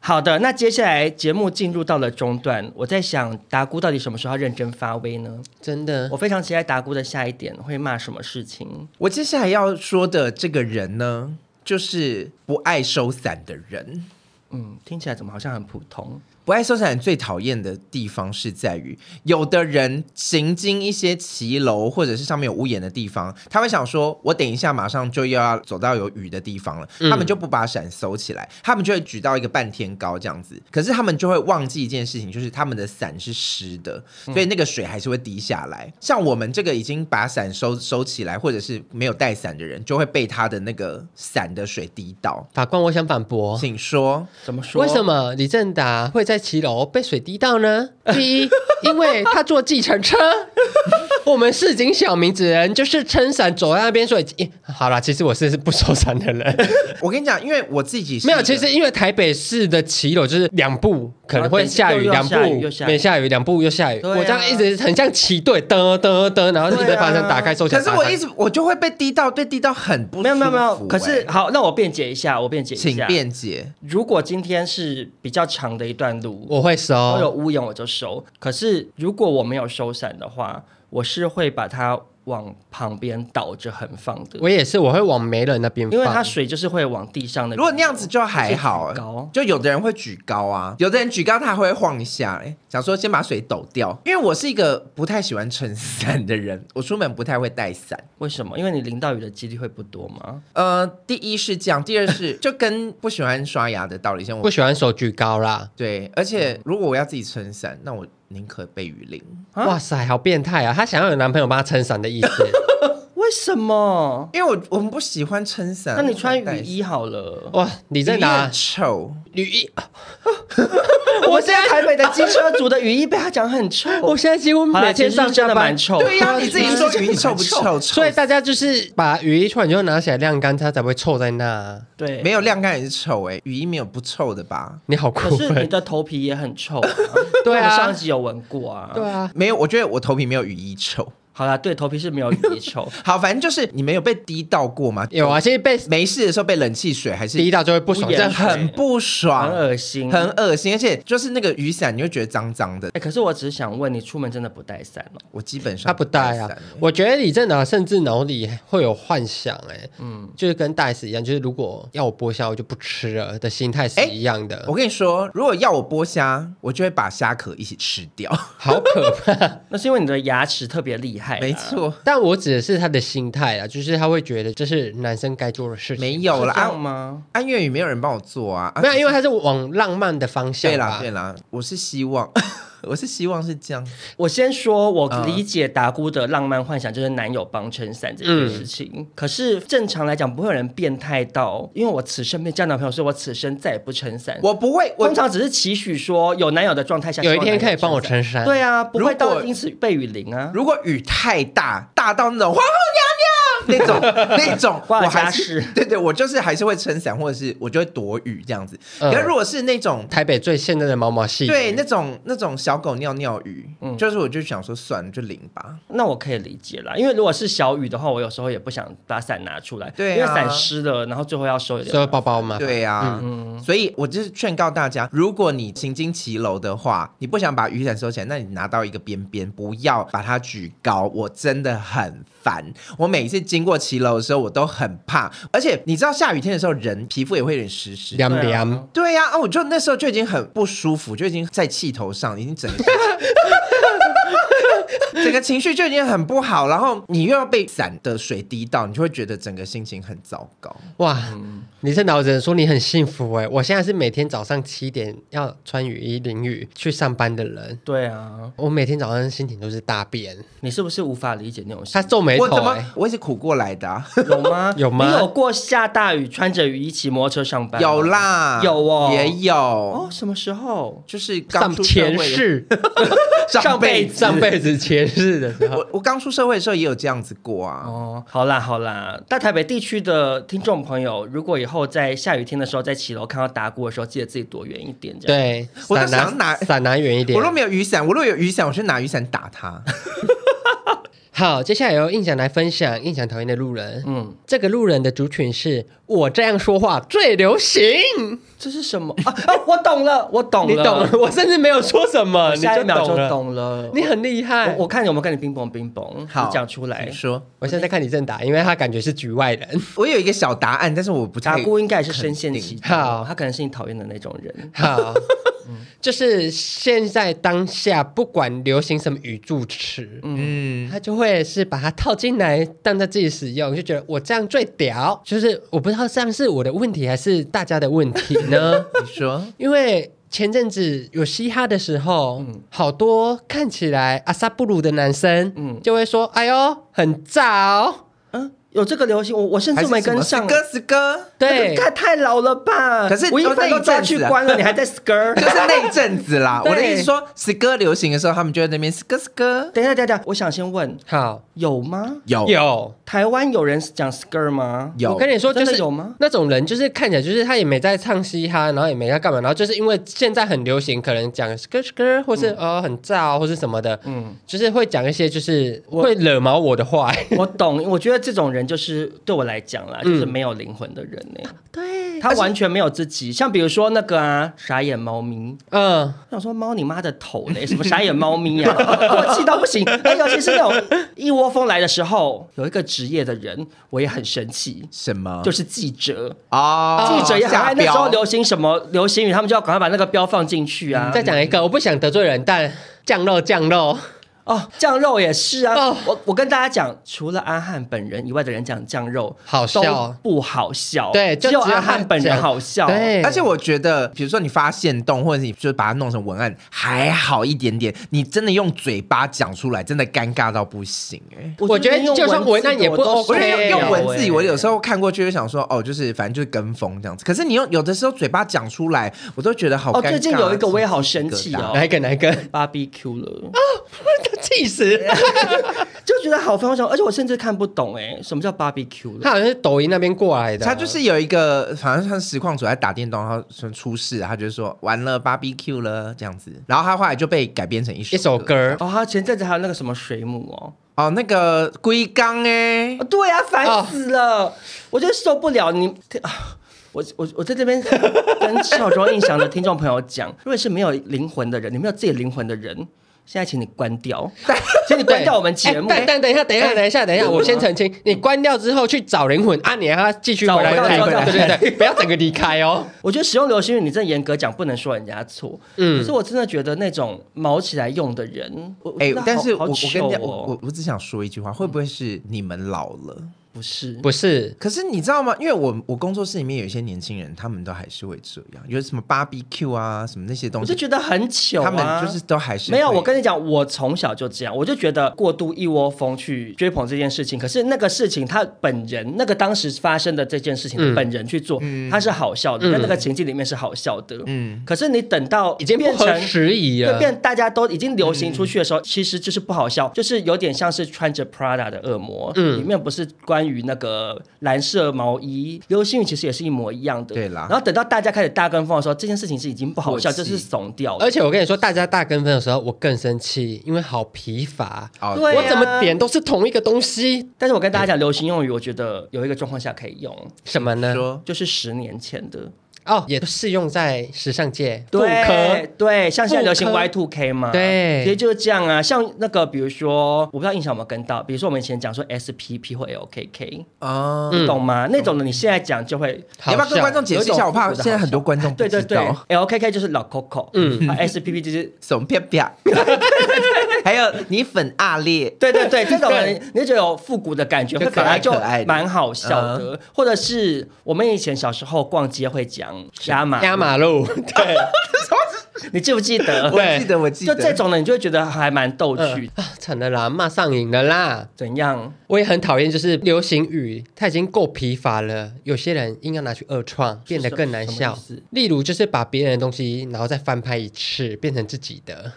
B: 好的，那接下来节目进入到了中段，我在想达姑到底什么时候要认真发威呢？
C: 真的
B: 我非常期待达姑的下一点会骂什么事情。
D: 我接下来要说的这个人呢，就是不爱收伞的人。
B: 嗯，听起来怎么好像很普通？
D: 不爱收伞最讨厌的地方是在于，有的人行经一些骑楼或者是上面有屋檐的地方，他会想说：“我等一下马上就又要走到有雨的地方了。
C: 嗯
D: 他们就不把伞收起来，他们就会举到一个半天高这样子。可是他们就会忘记一件事情，就是他们的伞是湿的，
C: 嗯
D: 所以那个水还是会滴下来。像我们这个已经把伞收收起来，或者是没有带伞的人，就会被他的那个伞的水滴到。
C: 法官，我想反驳。
D: 请说，
B: 怎么说？
C: 为什？么李正达 会在骑楼被水滴到呢？第一，因为他坐计程车； 我们市井小民只能就是撑伞走在那边说，咦 好啦，其实我是不收伞的人。
D: 我跟你讲，因为我自己是
C: 没有，
D: 一个
C: 其实因为台北市的骑楼就是两步可能会下雨，
B: 啊又又
C: 两
B: 下雨
C: 步
B: 又下雨
C: 没下雨，两步又下雨。
B: 对啊啊
C: 我这样一直很像骑队，噔噔噔，然后一直把伞打开收起来。
D: 可是
C: 打
D: 我
C: 开
D: 一直我就会被滴到，对滴到很不舒服、
B: 没有没有没有，可是
D: 哎
B: 好，那我辩解一下，我辩解一下。
D: 请辩解。
B: 如果今天是比较长的一段路，
C: 我会
B: 我有
C: 收，
B: 屋檐我就收。可是如果我没有收伞的话，我是会把它往旁边倒着横放的，
C: 我也是，我会往没人那边
B: 因为它
C: 放。
B: 水就是会往地上的。
D: 如果那样子就还好
B: 举高，
D: 就有的人会举高啊，有的人举高他还会晃一下、哎，想说先把水抖掉。因为我是一个不太喜欢撑伞的人， 我出门不太会带伞。
B: 为什么？因为你淋到雨的几率会不多吗？
D: 呃，第一是这样，第 二是就跟不喜欢刷牙的道理像我
C: 不喜欢手举高啦。
D: 对，而且如果我要自己撑伞，那我宁可被雨淋，
B: 啊
C: 哇塞，好变态啊！她想要有男朋友帮她撑伞的意思。
B: 为什么？
D: 因为我我们不喜欢撑伞。
B: 那你穿
D: 我不喜欢
B: 雨
D: 带伞，
B: 衣好了。
C: 哇，你在
D: 雨衣
C: 哪
D: 很？臭。
C: 雨衣，
B: 我现在台北的机车族的雨衣被他讲很臭。
C: 我现在几乎
B: 好啦
C: 每天
B: 其实
C: 上
B: 真
C: 下
B: 的
C: 班
B: 蛮。臭。
D: 对呀、你自己说雨衣臭 不臭？臭
C: 所以大家就是把雨衣突然就拿起来晾干，它才不会臭在那啊。
B: 对，
D: 没有晾干也是臭哎、雨衣没有不臭的吧？
C: 你好过
B: 可是你
C: 分，
B: 的头皮也很臭、啊，
C: 对
B: 因为
C: 啊
B: 我上一集有闻过啊。
C: 对，啊，
D: 没有，我觉得我头皮没有雨衣臭。
B: 好啦，对，头皮是没有雨衣臭，
D: 好，反正就是你们有被滴到过吗？
C: 有啊，，其实被
D: 没事的时候被冷气水还是
C: 滴到就会不爽，
B: 敷衍
C: 这样
D: 很不爽，
B: 很恶心，
D: 很恶心，而且就是那个雨伞，你会觉得脏脏的。
B: 哎、可是我只是想问，你出门真的不带伞哦？
D: 我基本上
C: 他不带啊
D: 伞，欸
C: 我觉得李正达啊甚至脑里会有幻想、哎，嗯，就是跟大 S 一样，就是如果要我剥虾，我就不吃了的心
B: 哎
C: 态是一样的，
D: 我跟你说，如果要我剥虾，我就会把虾壳一起吃掉。
C: 好可怕。
B: 那是因为你的牙齿特别厉害、啊
C: 哎
D: 没，错，
C: 但我指的是他的心态啊，就是他会觉得这是男生该做的事情，
D: 没
B: 有
D: 有啦，啊
B: 啦
D: 安
B: 吗？
D: 安月雨没有人帮我做啊，啊
C: 没有，因为他是往浪漫的方向
D: 对
C: 吧
D: 啦对啦，我是希望， 我是希望是这样。
B: 我先说，我
D: 嗯
B: 理解达姑的浪漫幻想就是男友帮撑伞这件事情。
C: 嗯
B: 可是正常来讲，不会有人变态到，因为我此生没交男朋友，所以我此生再也不撑伞。
D: 我不会，我
B: 通常只是期许说，有男友的状态下，
C: 有一天
B: 希望男
C: 可
B: 友
C: 以帮我撑
B: 伞。
C: 伞，
B: 对啊，不
D: 如果
B: 会到因此被雨淋啊。
D: 如果雨太大，大到那种皇后娘娘那种那种，
B: 挂
D: 我
B: 家
D: 还是
B: 饰
D: 对对，我就是还是会撑伞，或者是我就会躲雨这样子。
C: 嗯
D: 可是如果是那种
C: 台北最现在的毛毛细雨，
D: 对那种那种小狗尿尿雨，就是我就想说算了，就淋吧。
B: 那我可以理解啦，因为如果是小雨的话，我有时候也不想把伞拿出来，
D: 对啊
B: 因为伞湿了，然后最后要收一
C: 所以
B: 点。
C: 包包嘛，
D: 对啊，所以我就是劝告大家，如果你行经骑楼的话，你不想把雨伞收起来，那你拿到一个边边，不要把它举高。我真的很烦，我每次经过骑楼的时候，我都很怕。而且你知道，下雨天的时候，人皮肤也会有点湿湿的。
C: 凉
B: 对啊
C: 凉。
D: 对呀、啊，我就那时候就已经很不舒服，就已经在气头上，已经整个 整个情绪就已经很不好，然后你又要被伞的水滴到，你就会觉得整个心情很糟糕。
C: 哇，
D: 嗯
C: 你这老人说你很幸福哎！我现在是每天早上七点要穿雨衣淋雨去上班的人，
B: 对啊，
C: 我每天早上心情都是大变。
B: 你是不是无法理解那种心
C: 他皱眉
D: 我
C: 头
D: 怎么
C: 哎，
D: 我也是苦过来的、啊，
B: 有吗？
C: 有吗
B: 你有过下大雨穿着雨衣骑摩托车上班？
D: 有。啦，
B: 有哦
D: 也哎有，
B: 哦，什么时候？
D: 就是刚
C: 上
D: 出社
C: 前
D: 会的
C: 世、
B: 上辈子
C: 上辈子前世的时候，
D: 我我刚出社会的时候也有这样子过啊。
B: 哦，好啦好啦，大台北地区的听众朋友，如果以后在下雨天的时候在骑楼看到打鼓的时候，记得自己躲远一点。这样，
C: 对，
D: 我都
C: 伞
D: 想拿
C: 伞拿远一点
D: 我。若没有雨伞，我若有雨伞，我去拿雨伞 打他。
C: 好，接下来由印象来分享印象讨厌的路人。
B: 嗯，
C: 这个路人的族群是我这样说话最流行，
B: 这是什么啊啊？我懂了，我懂了，
C: 你 懂了。我甚至没有说什么，你
B: 下一秒就
C: 懂了。
B: 懂了。
C: 你很厉害，
B: 我我看有没有跟你冰崩冰崩，
D: 好
B: 你讲出来
D: 你。说，
C: 我现在在看李正达，因为他感觉是局外 人。
D: 我有一个小答案，但是我不
B: 达
D: 太
B: 姑应该也是深陷其中，
C: 好
B: 他可能是你讨厌的那种人。
C: 好，
B: 嗯
C: 就是现在当下，不管流行什么语助词，
D: 嗯，
C: 他就会是把它套进来，当在自己使用，就觉得我这样最屌。就是我不知道这样是我的问题还是大家的问题 呢？
D: 你说。
C: 因为前阵子有嘻哈的时候，好多看起来阿萨布鲁的男生，
B: 嗯
C: 就会说：“哎呦，很炸哦。”
B: 嗯，有这个流行，我我甚
D: 还
B: 至
D: 是
B: 没
D: 什么
B: 跟
C: 哎
B: 上。
D: 哥死 哥，
B: 那
C: 对
B: 个，太太老了吧？
D: 可是
B: 吴亦
D: 都那
B: 凡
D: 一
B: 都抓
D: 阵
B: 去
D: 子啊
B: 关了，你还在 skr？
D: 就是那一阵子啦。
B: 对
D: 我的意思说，死哥流行的时候，他们就在那边死哥死哥，
B: 等一下，等一下，我想先问，
C: 好
B: 有吗？
D: 有
C: 有。
B: 台湾有人讲 skr 吗？
D: 有，
C: 我跟你说，就
B: 真
C: 是
B: 的有吗
C: 那种人，就是看起来就是他也没在唱嘻哈，然后也没在干嘛，然后就是因为现在很流行，可能讲歌歌或是呃很炸或是什么的，嗯，就是会讲一些就是会惹毛我的话。
B: 我懂，我觉得这种人就是对我来讲
D: 嗯
B: 啦，就是没有灵魂的人呢、对，他完全没有自己。像比如说那个啊，傻眼猫咪，
C: 嗯，
B: 我想说猫你妈的头嘞，什么傻眼猫咪 啊，我气到不行。哎，尤其是那种一窝蜂来的时候，有一个职业的人，我也很生气，
D: 什么？
B: 就是记者。
D: 哦，
B: 记者也很爱
D: 啊下
B: 那时候
D: 标
B: 流行什么流行语，他们就要赶快把那个标放进去
D: 嗯
B: 啊。
C: 嗯再讲一个，我不想得罪人，但酱肉酱肉，
B: 哦，酱肉也是啊。
C: 哦
B: 我我跟大家讲，除了阿汉本人以外的人讲酱肉，
C: 好笑哦
B: 都不好笑。
C: 对
B: 只
C: 就
B: 有
C: 只有
B: 阿
C: 他
B: 汉本人
C: 讲
B: 好笑。
C: 对，
D: 而且我觉得，比如说你发现动，或者你就把它弄成文案，还好一点点。你真的用嘴巴讲出来，真的尴尬到不行哎、
B: 我
C: 我觉得
B: 用
C: 就算
B: 文
C: 文
B: 字
C: 案也
B: 的我
C: 不
B: 都
C: OK 啊
D: 我觉得用用文字，
B: 欸
D: 我有时候看过去就想说，哦，就是反正就是跟风这样子。哦可是你用有的时候嘴巴讲出来，我都觉得好尴
B: 哦，
D: 尬。
B: 最近有一个我也好生气
D: 鸡皮疙瘩。
B: 哦
C: 哪一个哪一个，
B: ，BBQ 了，
C: 气 死！
B: 就觉得好分享，而且我甚至看不懂哎，什么叫 BBQ
C: 他
B: 了？
C: 好像是抖音那边过来的，
D: 他就是有一个，反正像实况组在打电动，然后说出事，他就说完了 BBQ 了这样子，然后他后来就被改编成一首
C: 一首歌，
B: 哦，他前阵子还有那个什么水母哦，
D: 哦，那个龟缸哎
B: 哦，对啊，烦
C: 哦
B: 死了，我就受不了你。啊我我我在这边跟小卓印象的听众朋友讲， 如果是没有灵魂的人，你没有自己灵魂的人，现在请你关 掉，请你关掉我们节目。
C: 哎但但等一下，等一下，等一下，等一下，我先澄清，你关掉之后去找灵魂啊，你让他继续回来，
B: 找回来
C: 对
B: 找回来
C: 对对对，不要整个离开 哦。
B: 我觉得使用流行语，你真的严格讲不能说人家错。
D: 嗯
B: 可是我真的觉得那种毛起来用的人，我
D: 哎、
B: 我觉得好
D: 但是我、
B: 好
D: 我跟
B: 糗
D: 你讲，我
B: 哦嗯
D: 我我只想说一句话，会不会是你们老了？
B: 不是
C: 不是，
D: 可是你知道吗？因为我我工作室里面有一些年轻人，他们都还是会这样，有什么 BBQ 啊，什么那些东
B: 我
D: 西，
B: 就觉得很糗、啊，
D: 他们就是都还是
B: 没有。啊
D: 会
B: 我跟你讲，我从小就这样，我就觉得过度一窝蜂去追捧这件事情。可是那个事情，他本人那个当时发生的这件事情，
C: 嗯
B: 本人去做，他是好笑
D: 嗯
B: 的，在那个情境里面是好笑的。嗯，可是你等到
C: 已经不
B: 变成
C: 合。时宜
B: 对，
C: 了。
B: 变大家都已经流行出去的
C: 嗯
B: 时候，其实就是不好笑，就是有点像是穿着 Prada 的恶魔，
C: 嗯
B: 里面不是关于那个蓝色毛衣，流星雨其实也是一模一样的。
D: 对啦
B: 然后等到大家开始大跟风的时候，这件事情是已经不好笑，
D: 过
B: 就
D: 气
B: 是怂掉了。
C: 而且我跟你说，大家大跟风的时候，我更生气，因为好疲乏。
D: 哦
B: 对啊
C: 我怎么点都是同一个东西，
B: 但是我跟大家讲，流行用语，我觉得有一个状况下可以用，
C: 什么呢？
D: 说
B: 就是十年前的
C: 哦，也适用在时尚界，妇
B: 对
C: 科。
B: 对，像现在流行
C: 妇科
B: Y two K 嘛，
C: 对
B: 其实就是这样啊。像那个，比如说，我不知道印象有没有跟到，比如说我们以前讲说 SPP 或 LKK，、
D: 啊，
B: 你懂吗？那种的，你现在讲就会。
D: 你要不要跟观众解释一
B: 嗯有一
D: 下？
B: 种
D: 我怕
B: 复古的
D: 现在很多观众不
B: 对对
D: 知
B: 对
D: 道，
B: ，LKK 就是老 Coco，嗯、啊、，SPP 就是
D: 什么啪啪， 还有你粉啊阿烈，
B: 对对对，这 种人你就有复古的感觉，会
D: 就可
B: 本
D: 爱
B: 来就
D: 可爱的嗯
B: 蛮好笑的。或者是我们以前小时候逛街会讲压马，
C: 压马路，对，
B: 你记不记得？
C: 对
D: 我记得我记
B: 就
D: 得，嗯
B: 这种的，你就会觉得还蛮逗趣。
C: 啊，惨了啦，骂上瘾了啦。
B: 怎样？
C: 我也很讨厌，就是流行语，它已经够疲乏了，有些人硬要拿去二创，变得更难笑
B: 什么意思。
C: 例如，就是把别人的东西，然后再翻拍一次，变成自己的。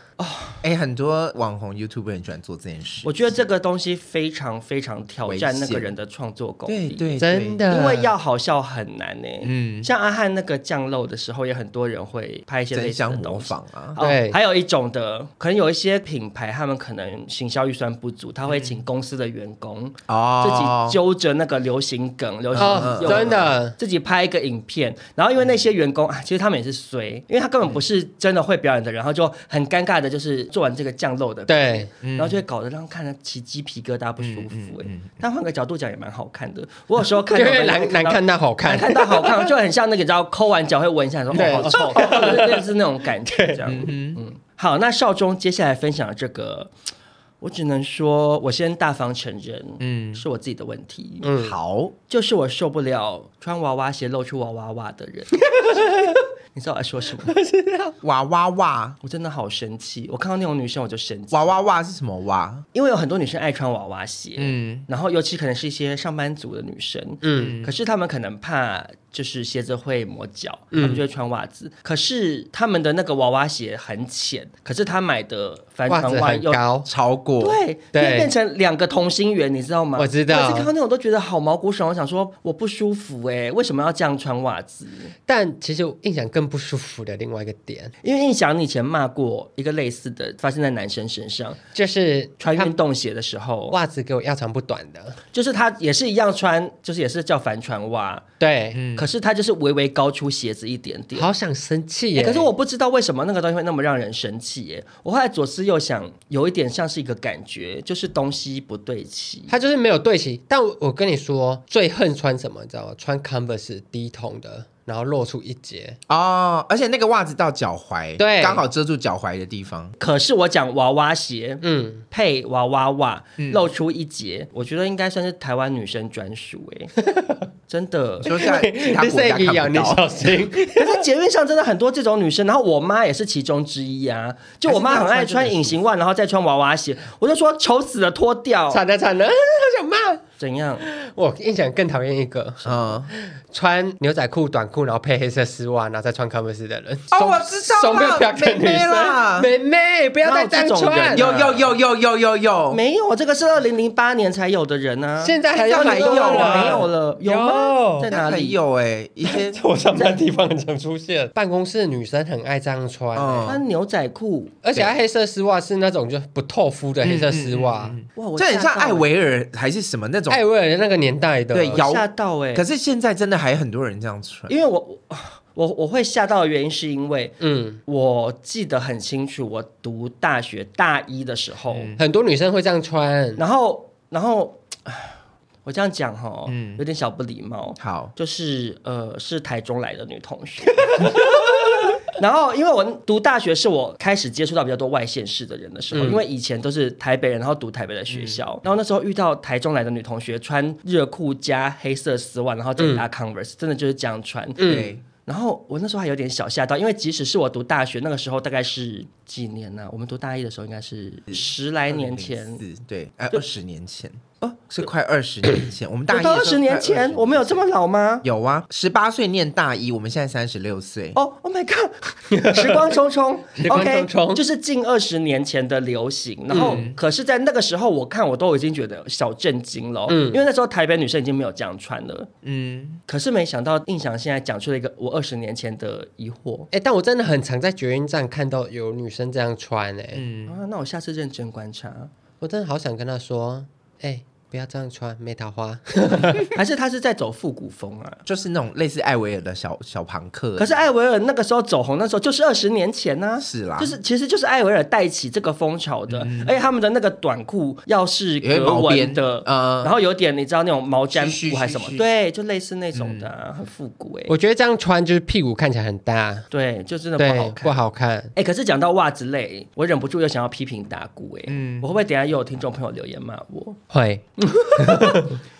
D: 哎、很多网红 YouTube 很喜欢做这件事，
B: 我觉得这个东西非常非常挑战那个
D: 危险
B: 人的创作功
D: 对
B: 力。
D: 对，
C: 真
D: 对
C: 的，
B: 哎因为要好笑很难呢、嗯，
D: 嗯
B: 像阿汉那个降漏的时候，也很多人会拍一些类似
D: 争
B: 的
D: 相模
B: 东西。
D: 仿啊，
B: 哦
C: 对
B: 还有一种的，可能有一些品牌，他们可能行销预算不足，他会请公司的员工、
D: 哦
B: 自己揪着那个流行梗、流行
C: 哦，
B: 用
C: 真的，嗯
B: 自己拍一个影片，然后因为那些员工啊，其实他们也是衰，因为他根本不是真的会表演的人，然后就很尴尬的，就是做完这个降漏的，，
C: 对，嗯
B: 然后就会搞得让看着起鸡皮疙瘩不舒服、哎、但换个角度讲也蛮好看的，我有时候
C: 就
B: 看 到
C: 会难难看到好
B: 难
C: 看。
B: 看到好看，就很像那个你知道抠完脚会闻一下，说
C: 对
B: 哦好臭，嗯就是那种感觉这样。嗯，好，那少中接下来分享的这个。我只能说，我先大方承认，嗯，是我自己的问题，嗯，
D: 好，
B: 就是我受不了穿娃娃鞋露出娃娃袜的 人。你知道我在说什么？
D: 娃娃袜，
B: 我真的好生气！我看到那种女生我就生气，
D: 娃娃袜是什么袜？
B: 因为有很多女生爱穿娃娃鞋，
D: 嗯
B: 嗯，然后尤其可能是一些上班族的女生，嗯，可是她们可能怕就是鞋子会磨脚，
C: 嗯
B: 她们就会穿袜子。可是她们的那个娃娃鞋很浅，可是她买的帆
C: 袜
B: 船
C: 子
B: 袜
C: 很
B: 又。
C: 高，
D: 超过，
B: 对，
C: 对
B: 变变成两个同心圆，你知道吗？
C: 我知
B: 每
C: 道
B: 次看到那种我都觉得好毛骨悚然，我想说我不舒服哎、为什么要这样穿袜子？
C: 但其实我印象更不舒服的另外一个点
B: 因为印象你以前骂过一个类似的，发生在男生身上，
C: 就是
B: 穿
C: 他
B: 运动鞋的时候，
C: 袜子给我要长不短的，
B: 就是他也是一样穿，就是也是叫帆船袜，
C: 对，
B: 可是他就是微微高出鞋子一点点。
C: 嗯好想生气
B: 欸
C: 耶！
B: 可是我不知道为什么那个东西会那么让人生气耶。我后来左思右想，有一点像是一个感觉，就是东西不对齐。
C: 他就是没有对齐。但我我跟你说，最恨穿什么，你知道吗？穿 Converse 低筒的，然后露出一截。
D: 哦，而且那个袜子到脚踝，
C: 对
D: 刚好遮住脚踝的地方。
B: 可是我讲娃娃鞋，
C: 嗯，
B: 配娃娃袜，露出一截，我觉得应该算是台湾女生专属 哎，真的。
D: 说 在其他
C: 你
D: 国
C: 是
D: 家
C: 一
D: 看
C: 样，
D: 不
C: 你
D: 到，
C: 小心。
B: 可是捷运上真的很多这种女生，然后我妈也是其中之一啊。就我妈很爱穿隐形袜，然后再穿娃娃鞋，我就说丑死了，脱掉
C: 惨了惨了，啊好想骂。
B: 怎样？
C: 我印象更讨厌一个
D: 嗯，
C: 穿牛仔裤、短裤，然后配黑色丝袜，然后再穿 Converse 的人。
D: 哦
C: 怂
D: 我知道啦
C: 怂恿漂亮的女
D: 妹妹啦
C: 生，妹妹不要
B: 哪
C: 再
B: 有
C: 单
B: 这种
C: 穿
B: 人。
D: 有有有有有有有，
B: 没有，这个是二零零八年才有的人啊，
C: 现在还有
B: 哪
C: 很多
B: 有
C: 人
B: 没有了？有
C: 有
B: 吗？在哪
D: 那还
B: 里？
D: 有哎，一 些
C: 我上班地方很常出现，办公室的女生很爱这样穿、
D: 嗯，
B: 穿牛仔裤，
C: 而且她黑色丝袜是那种就不透肤的黑色丝袜，
B: 哇，我
D: 这很像
B: 吓到
D: 艾维尔还是什么那种，
C: 艾薇儿那个年代的，
D: 对
B: 欸，
D: 摇
B: 吓到哎、
D: 可是现在真的还很多人这样穿
B: 因。为我我我我会吓到的原因是因为
C: 嗯，
B: 我记得很清楚，我读大学大一的时候，
C: 很多女生会这样穿，
B: 然后，然后，我这样讲哈，
C: 嗯
B: 有点小不礼貌。
D: 好，
B: 就是呃，是台中来的女同学。 然后，因为我读大学是我开始接触到比较多外县市的人的时候，因为以前都是台北人，然后读台北的学校，然后那时候遇到台中来的女同学，穿热裤加黑色丝袜，然后再搭 Converse，、真的就是这样穿。
D: 对，
B: 然后我那时候还有点小吓到，因为即使是我读大学那个时候，大概是几年呢、我们读大一的时候应该是十来年前，
D: 四对，哎，二十年前哦，是快二十年前，我们大
B: 我到
D: 一
B: 二十年前，我们有这么老吗？
D: 有啊，十八岁念大一，我们现在三十六岁。
B: 哦、o h my god！时光匆匆
C: 时光匆匆
B: o
C: 嗯
B: k 就是近二十年前的流行。然后，可是，在那个时候，我看我都已经觉得小震惊了，
C: 嗯
B: 因为那时候台北女生已经没有这样穿了。
D: 嗯，
B: 可是没想到，印象现在讲出了一个我二十年前的疑惑、
C: 哎、但我真的很常在捷运站看到有女生这样穿、哎、
B: 啊！那我下次认真观察，
C: 我真的好想跟她说，哎、不要这样穿，没桃花。
B: 还是她是在走复古风啊？
D: 就是那种类似艾维尔的小小朋克。
B: 可是艾维尔那个时候走红，那时候就是二十年前啊呢、
D: 是啦
B: 就是其实就是艾维尔带起这个风潮的，而且他们的那个短裤要是
D: 有点
B: 格
D: 毛边
B: 纹的，
D: 嗯
B: 然后有点你知道那种毛毡
D: 嘘嘘
B: 裤还是什么
D: 嘘，嘘
B: 对，就类似那种的啊、很复古哎、
C: 我觉得这样穿就是屁股看起来很大，
B: 对，就真的不好
C: 对，不
B: 看。
C: 好看。
B: 哎、可是讲到袜子类，我忍不住又想要批评达姑哎、我会不会等一下又有听众朋友留言骂我？
C: 会，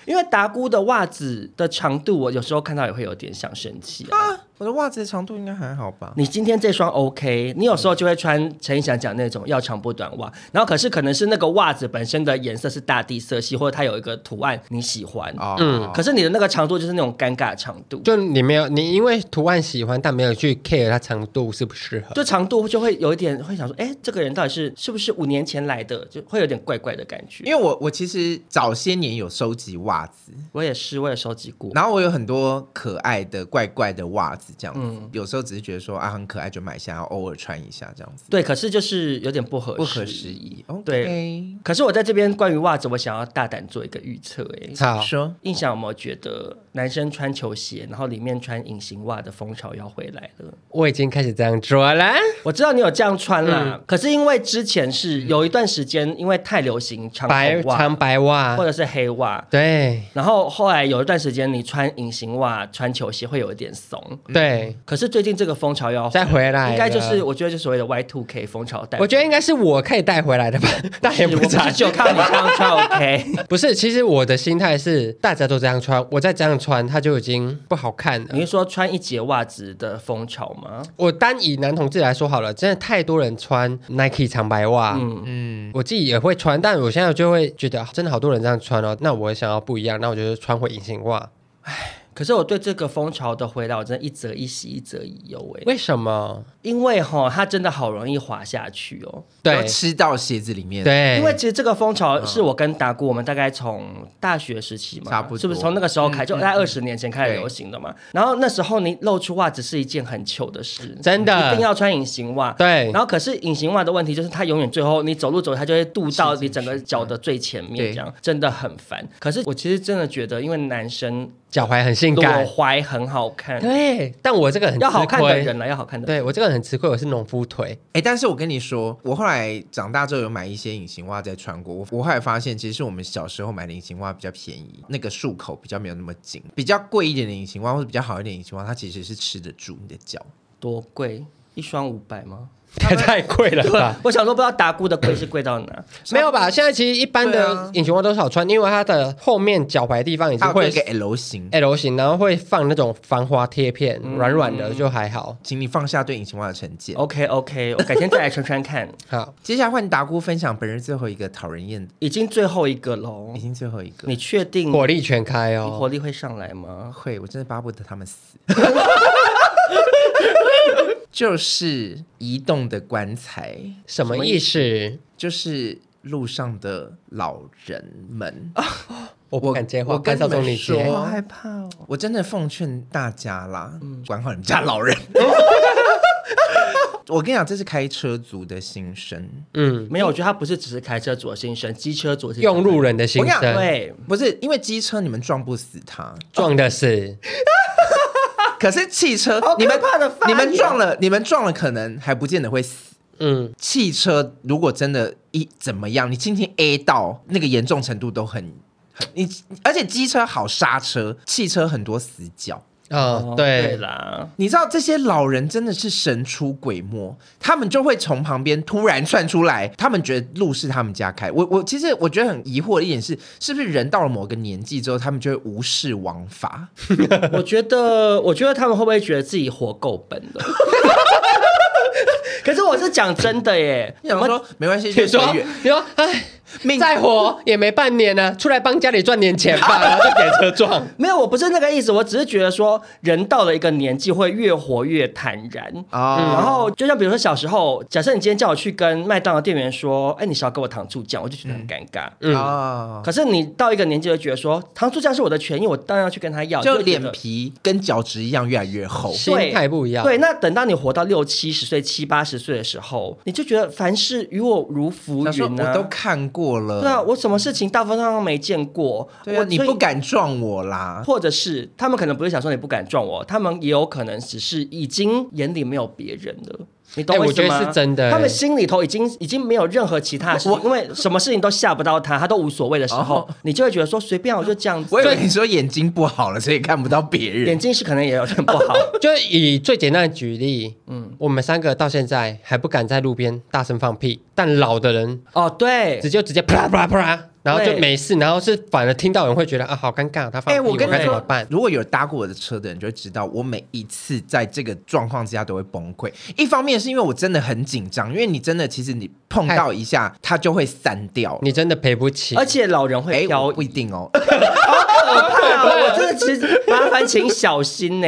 B: 因为达姑的袜子的长度，我有时候看到也会有点想生气啊
D: 啊，我的袜子的长度应该还好吧？
B: 你今天这双 OK，你有时候就会穿陈意翔讲那种要长不短袜，然后可是可能是那个袜子本身的颜色是大地色系，或者它有一个图案你喜欢，
D: 哦，
B: 可是你的那个长度就是那种尴尬长度，就
C: 就你没有，你因为图案喜欢，但没有去 care 它长度适不适合。
B: 长度就会有一点会想说，哎，这个人到底是是不是五年前来的，就会有点怪怪的感觉。
D: 因为我我其实早些年有收集袜子，
B: 我也是，我也收集过。
D: 然后我有很多可爱的怪怪的袜子，这样子。有时候只是觉得说啊很可爱就买下，偶尔穿一下这样子，
B: 对，可是就是有点不合
D: 不合时。宜。OK，
B: 对可是我在这边关于袜子，我想要大胆做一个预测、哎，
C: 好，
D: 说
B: 印象有没有觉得男生穿球鞋，然后里面穿隐形袜的风潮要回来了？
C: 我已经开始这样做了。
B: 我知道你有这样穿啦，
C: 嗯
B: 可是因为之前是有一段时间，因为太流行长
C: 白
B: 筒袜
C: 长白袜
B: 或，者是黑袜，
C: 对对
B: 然后后来有一段时间，你穿隐形袜、穿球鞋会有一点怂。
C: 对，
B: 可是最近这个风潮要
C: 再回来了
B: 应该就是我觉得就是所谓的 Y two K 风潮带。
C: 我觉得应该是我可以带回来的吧，但也
B: 嗯是我
C: 不
B: 不
C: 差
B: 是。只有看你这样穿 OK，
C: 不是，其实我的心态是大家都这样穿，我再这样穿，它就已经不好看了
B: 你。是说穿一节袜子的风潮吗？
C: 我单以男同志来说好了，真的太多人穿 Nike 长白袜，
B: 嗯
D: 嗯，
C: 我自己也会穿，但我现在就会觉得啊真的好多人这样穿哦，那我也想要不一样，那我就穿回隐形 袜。
B: 可是我对这个风潮的回答，我真的一则一喜，一则一忧哎、
C: 为什么？
B: 因为哈，它真的好容易滑下去哦。
C: 对
D: 吃到鞋子里面，，
C: 对，
B: 因为其实这个风潮是我跟达姑，我们大概从大学时期嘛，
D: 差不多
B: 是不是从那个时
C: 嗯
B: 候开，就在二十年前开始流行的嘛。然后那时候你露出袜子是一件很糗的事，
C: 真的
B: 一定要穿隐形袜。
C: 对
B: 然后可是隐形袜的问题就是，它永远最后你走路走，它就会跺到你整个脚的最前面，
D: 对
B: 这样真的很烦。可是我其实真的觉得，因为男生
C: 脚踝很性
B: 裸
C: 感，
B: 踝很好看，
C: 对，但我这个很
B: 要好看
C: 吃
B: 的
C: 亏
B: 人，啊了，要好看的人。
C: 对我这个很吃亏，我是农夫腿，
D: 哎，但是我跟你说，我后来长大之后有买一些隐形袜再穿过，我我后来发现，其实我们小时候买的隐形袜比较便宜，那个束口比较没有那么紧，比较贵一点的隐形袜或者比较好一点的隐形袜，它其实是吃得住你的脚。
B: 多贵？一双五百吗？
C: 也 太贵了吧？
B: 我想说，不知道达姑的贵是贵到 哪？
C: 没有吧？现在其实一般
D: 对
C: 的
D: 啊
C: 隐形袜都少穿，因为它的后面脚踝地方已经
D: 它有
C: 会哎
D: 一个 L 型，
C: L 型，然后会放那种防滑贴片，
D: 嗯
C: 软软的就还好。
D: 请你放下对隐形袜的成见。
B: OK OK，我改天再来穿穿看，
C: 好，
D: 接下来换达姑分享本日最后一个讨人厌的，
B: 已经最后一个喽
D: 已。经最后一个。
B: 你确
D: 嗯
B: 定
C: 火力全开
B: 你火
C: 哦！
B: 力会上来吗？
D: 会，我真的巴不得他们死。 就是移动的棺材，
C: 什么意思？
D: 就是路上的老人们。
C: 我不敢接话，
D: 我
C: 干
D: 跟你
C: 少
D: 们
C: 总你接。
D: 说，
B: 害怕哦。嗯
D: 我真的奉劝大家啦，管好你们家 老人。我跟你讲，这是开车族的心声。
C: 嗯，
B: 没有，我觉得他不是只是开车左心声，机车左心声
C: 用路人的心
D: 我跟你讲
C: 声，
B: 对。
D: 不是因为机车你们撞不死他，
C: 撞的死。
D: 可是汽车
B: 好可
D: 你们
B: 怕的发
D: 你们
B: 言
D: 撞了，你们撞了可能还不见得会死。
C: 嗯，
D: 汽车如果真的一怎么样，你轻轻 A 到那个严重程度都很很你，而且机车好刹车，汽车很多死角。
C: 哦，对了，
B: 啦，
D: 你知道这些老人真的是神出鬼没，他们就会从旁边突然窜出来，他们觉得路是他们家开。我我其实我觉得很疑惑的一点是，是不是人到了某个年纪之后，他们就会无视王法？
B: 我觉得， 我觉得他们会不会觉得自己活够本了？ 可是我是讲真的耶，
D: 你想说没关系，
C: 你
D: 就随
C: 说，
D: 缘。
C: 你说，哎，
D: 命
C: 再活也没半年啊呢，出来帮家里赚点钱 吧，然后就给车撞。
B: 没有，我不是那个意思，我只是觉得说，人到了一个年纪会越活越坦然。然
D: 啊，
B: 后就像比如说小时候，假设你今天叫我去跟麦当劳店员说，哎，你少给我糖醋酱，我就觉得很尴尬。
C: 嗯，
D: 啊，
B: 可是你到一个年纪就觉得说，糖醋酱是我的权益，我当然要去跟他要，
D: 就
B: 会觉得
D: 脸皮跟脚趾一样越来越厚。
C: 心态不一样。
B: 对，那等到你活到六七十岁、七八十岁的时候，你就觉得凡事与我如浮
D: 他说
B: 云啊。
D: 我都看过了，
B: 对啊，我什么事情大风上都没见过，
D: 对啊
B: 我
D: 你
B: 所以
D: 不敢撞我啦。
B: 或者是他们可能不是想说你不敢撞我，他们也有可能只是已经眼里没有别人了。你懂
C: 哎我
B: 意思
C: 觉得
B: 吗？
C: 是真的
B: 他们心里头已经已经没有任何其他的事情，因为什么事情都吓不到他，他都无所谓的时候，
C: 哦
B: 你就会觉得说随便啊我就这样子。
D: 我以为你说眼睛不好了，所以看不到别人
B: 眼。睛是可能也有点不 好，
C: 就以最简单的举例，嗯，我们三个到现在还不敢在路边大声放屁，但老的人
B: 哦，对
C: 直，接直接啪啦啪啦啪啦，然后就
B: 对
C: 没事，然后是反而听到有人会觉得啊，好尴尬，他
B: 哎
C: 放屁，
D: 我跟你
C: 该怎么
D: 说
C: 办，？
D: 如果有搭过我的车的人就会知道，我每一次在这个状况之下都会崩溃。一方面是因为我真的很紧张，因为你真的其实你碰到一下，它就会散掉。
C: 你真的赔不起，
B: 而且老人会
D: 哎，
B: 飘
D: 我
B: 移
D: 不一定哦，
B: 可怕哦！我真的其实麻烦请小心呢、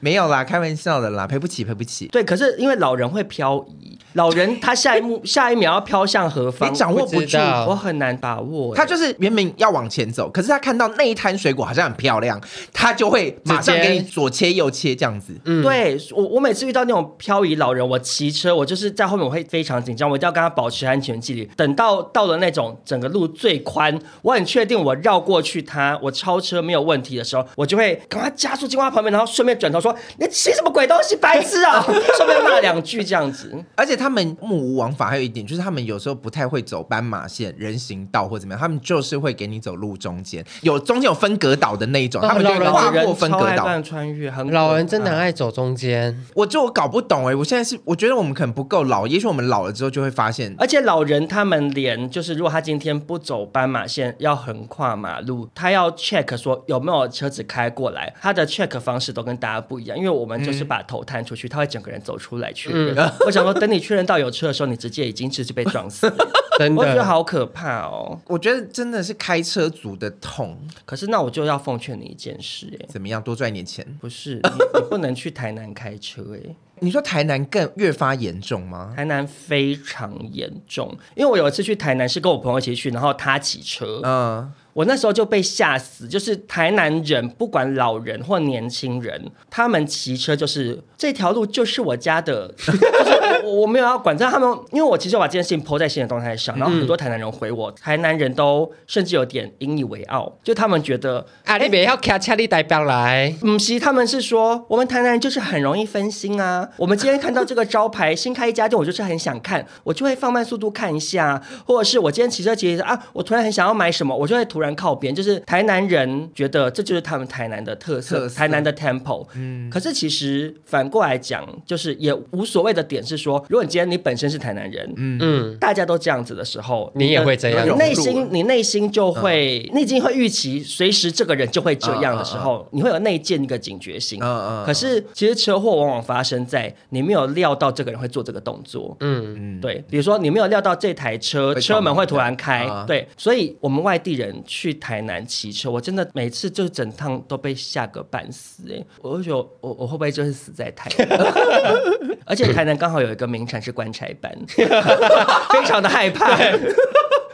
D: 没有啦，开玩笑的啦，赔不起，赔不起。
B: 对，可是因为老人会漂移，老人他下一幕下一秒要飘向何方，
D: 你掌握不
C: 不知
D: 住，
C: 道
B: 我很难把握欸、
D: 他就是原本要往前走，可是他看到那一摊水果好像很漂亮，他就会马上
C: 直接
D: 给你左切右切这样子。
B: 对我，我每次遇到那种漂移老人，我骑车，我就是在后面我会非常紧张，我一定要跟他保持安全距离。等到到了那种整个路最宽，我很确定我绕过去他，我超车没有问题的时候，我就会赶快加速经 过他旁边，然后顺便转头说：“你骑什么鬼东西，白痴啊！”顺便骂两句这样子。
D: 而且他们目无王法，还有一点就是他们有时候不太会走斑马线、人行道或怎么样，他们就是会给你走路中间，有中间有分隔岛的那一种，
C: 哦
D: 他们就会跨
B: 老人
D: 过分
B: 超
D: 隔
B: 爱
D: 岛。
B: 乱穿越，很
C: 老人真的
B: 可
C: 很
B: 怕
C: 爱走中间，
D: 我就我搞不懂哎、我现在是我觉得我们可能不够老，也许我们老了之后就会发现，
B: 而且老人他们连就是，如果他今天不走斑马线，要横跨马路，他要 check 说有没有车子开过来，他的 check 方式都跟大家不一样。因为我们就是把头探出去，他会整个人走出来确认。
C: 嗯
B: 我想说，等你确认到有车的时候，你直接已经直接被撞死了，
C: 真
B: 我觉得
C: 的。
B: 好可怕哦。
D: 我觉得真的是开车族的痛，
B: 可是那我就要奉劝你一件事、哎，
D: 怎么样多赚一点钱？
B: 不是你你不能去台南开车、哎。
D: 你说台南更越发严重吗？
B: 台南非常严重，因为我有一次去台南是跟我朋友一起去，然后他骑车，
D: 嗯，
B: 我那时候就被吓死，就是台南人，不管老人或年轻人，他们骑车就是这条路就是我家的， 就是我我没有要管，但他们因为我其实我把这件事情抛在新的动态上，然后很多台南人回我，台南人都甚至有点引以为傲，就他们觉得
C: 啊，你不要卡车你代表来，
B: 嗯，其实他们是说，我们台南人就是很容易分心啊。我们今天看到这个招牌新开一家店，我就是很想看，我就会放慢速度看一下，或者是我今天骑车骑着啊，我突然很想要买什么，我就会突然靠边。就是台南人觉得这就是他们台南的特色，
D: 特色嗯
B: 台南的 temple。可是其实反过来讲，就是也无所谓的点是说，如果你今天你本身是台南人，
C: 嗯，
B: 大家都这样子的时候，
C: 你也会这样
B: 你的
D: 融入
B: 内心你内心就会，
D: 嗯
B: 你已经会预期随时这个人就会这样的时候，你会有内建一个警觉性。
D: 嗯嗯嗯
B: 可是其实车祸往往发生在你没有料到这个人会做这个动作。
C: 嗯，
B: 对，比如说你没有料到这台车
D: 会
B: 车门会突然
D: 闯
B: 开
D: 红灯啊，
B: 对，所以我们外地人去台南骑车，我真的每次就整趟都被吓个半死哎、欸我就觉得我我我会不会就是死在台 南？而且台南刚好有一个名产是棺材板， 非常的害怕。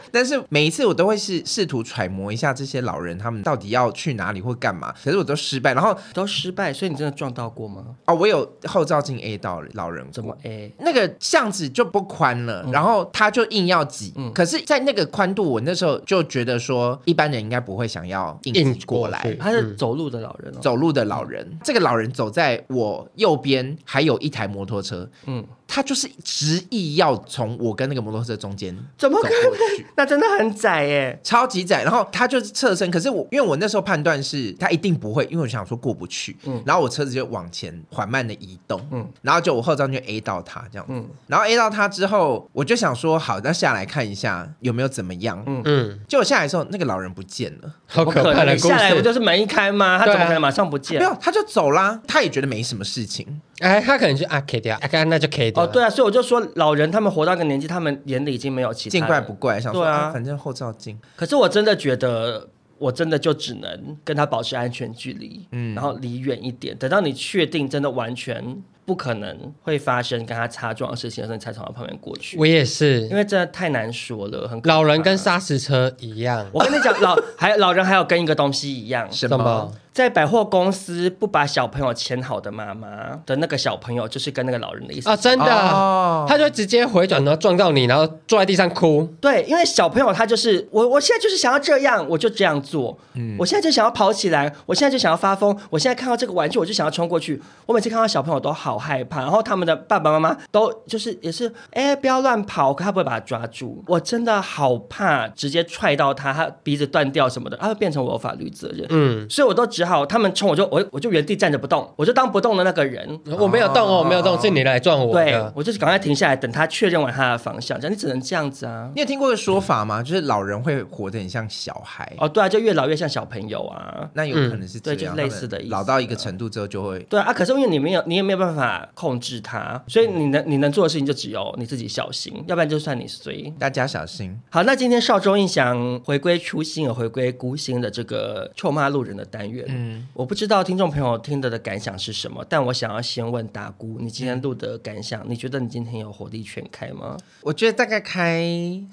D: 但是每一次我都会是试图揣摩一下这些老人他们到底要去哪里或干嘛，可是我都失败。然后
B: 都失败，所以你真的撞到过吗？
D: 哦，我有后照镜 A 到老人过
B: 怎么哎 A？
D: 那个巷子就不宽了，然后他就硬要挤。可是，在那个宽度，我那时候就觉得说，一般人应该不会想要硬
C: 硬
D: 挤过
C: 过
D: 来
C: 去。
B: 他是走路的老人哦。
D: 走路的老人，这个老人走在我右边，还有一台摩托车，
B: 嗯，
D: 他就是执意要从我跟那个摩托车中间
B: 怎么可
D: 走过
B: 能
D: 去？
B: 那真的很窄哎耶。
D: 超级窄，然后他就是侧身，可是我因为我那时候判断是他一定不会，因为我想说过不去，然后我车子就往前缓慢的移动，
B: 嗯
D: 然后就我后照就 A 到他这样子，
B: 嗯
D: 然后 A 到他之后，我就想说好，那下来看一下有没有怎么样，
B: 嗯
C: 嗯，
D: 结果下来的时候那个老人不见了，
C: 好
B: 不
C: 可怕的
B: 能，
C: 故
B: 下来不就
C: 事。
B: 是门一开吗？他
C: 对啊
B: 怎么可能马上不见哦
D: 没？有他就走啦，他也觉得没什么事情，
C: 哎，他可能就啊 K 掉，啊，那就 K 掉。
B: 哦，对，啊，所以我就说老人他们活到一个年纪，他们眼里已经没有其他
D: 见怪
B: 人
D: 不怪，想说哎
B: 对啊
D: 反正后照镜，
B: 可是我真的觉得，我真的就只能跟他保持安全距离，嗯，然后离远一点。等到你确定真的完全不可能会发生跟他擦撞的事情的时候，你才从他旁边过去。
C: 我也是
B: 因。为真的太难说了，很可怕
C: 老人跟砂石车一样，
B: 我跟你讲，老还老人还有跟一个东西一样，
D: 什
C: 怎么？
B: 在百货公司不把小朋友签好的妈妈的那个小朋友，就是跟那个老人的意思。
C: 啊，真的，
D: 哦
C: 他就直接回转，然后撞到你，然后坐在地上哭。
B: 对，因为小朋友他就是我，我现在就是想要这样，我就这样做。
C: 嗯
B: 我现在就想要跑起来，我现在就想要发疯，我现在看到这个玩具，我就想要冲过去。我每次看到小朋友都好害怕，然后他们的爸爸妈妈都就是也是，哎，不要乱跑，可他不会把他抓住。我真的好怕直接踹到他，他鼻子断掉什么的，他会变成我有法律责任。
C: 嗯，
B: 所以我都只好他们冲我就我我就原地站着不动，我就当不动的那个人。
C: 我没有动哦，我没有动，是你来撞我
B: 对
C: 的，。
B: 我就是赶快停下来，等他确认完他的方向，这样你只能这样子啊。
D: 你有听过一个说法
B: 嗯
D: 吗？就是老人会活得很像小孩。
B: 哦，对啊，就越老越像小朋友啊。
D: 那有可能是这
B: 对就
D: 样，
B: 类
D: 他们
B: 似的意思
D: 老到一个程度之后就会
B: 对啊，可是因为你没有，你也没有办法控制他，所以你能你能做的事情就只有你自己小心，要不然就算你随。
D: 大家小心。
B: 好，那今天少中印象回归初心，也回归孤心的这个臭骂路人的单元，嗯，我不知道听众朋友听的的感想是什么，但我想要先问达姑，你今天录的感想，你觉得你今天有火力全开吗？
D: 我觉得大概开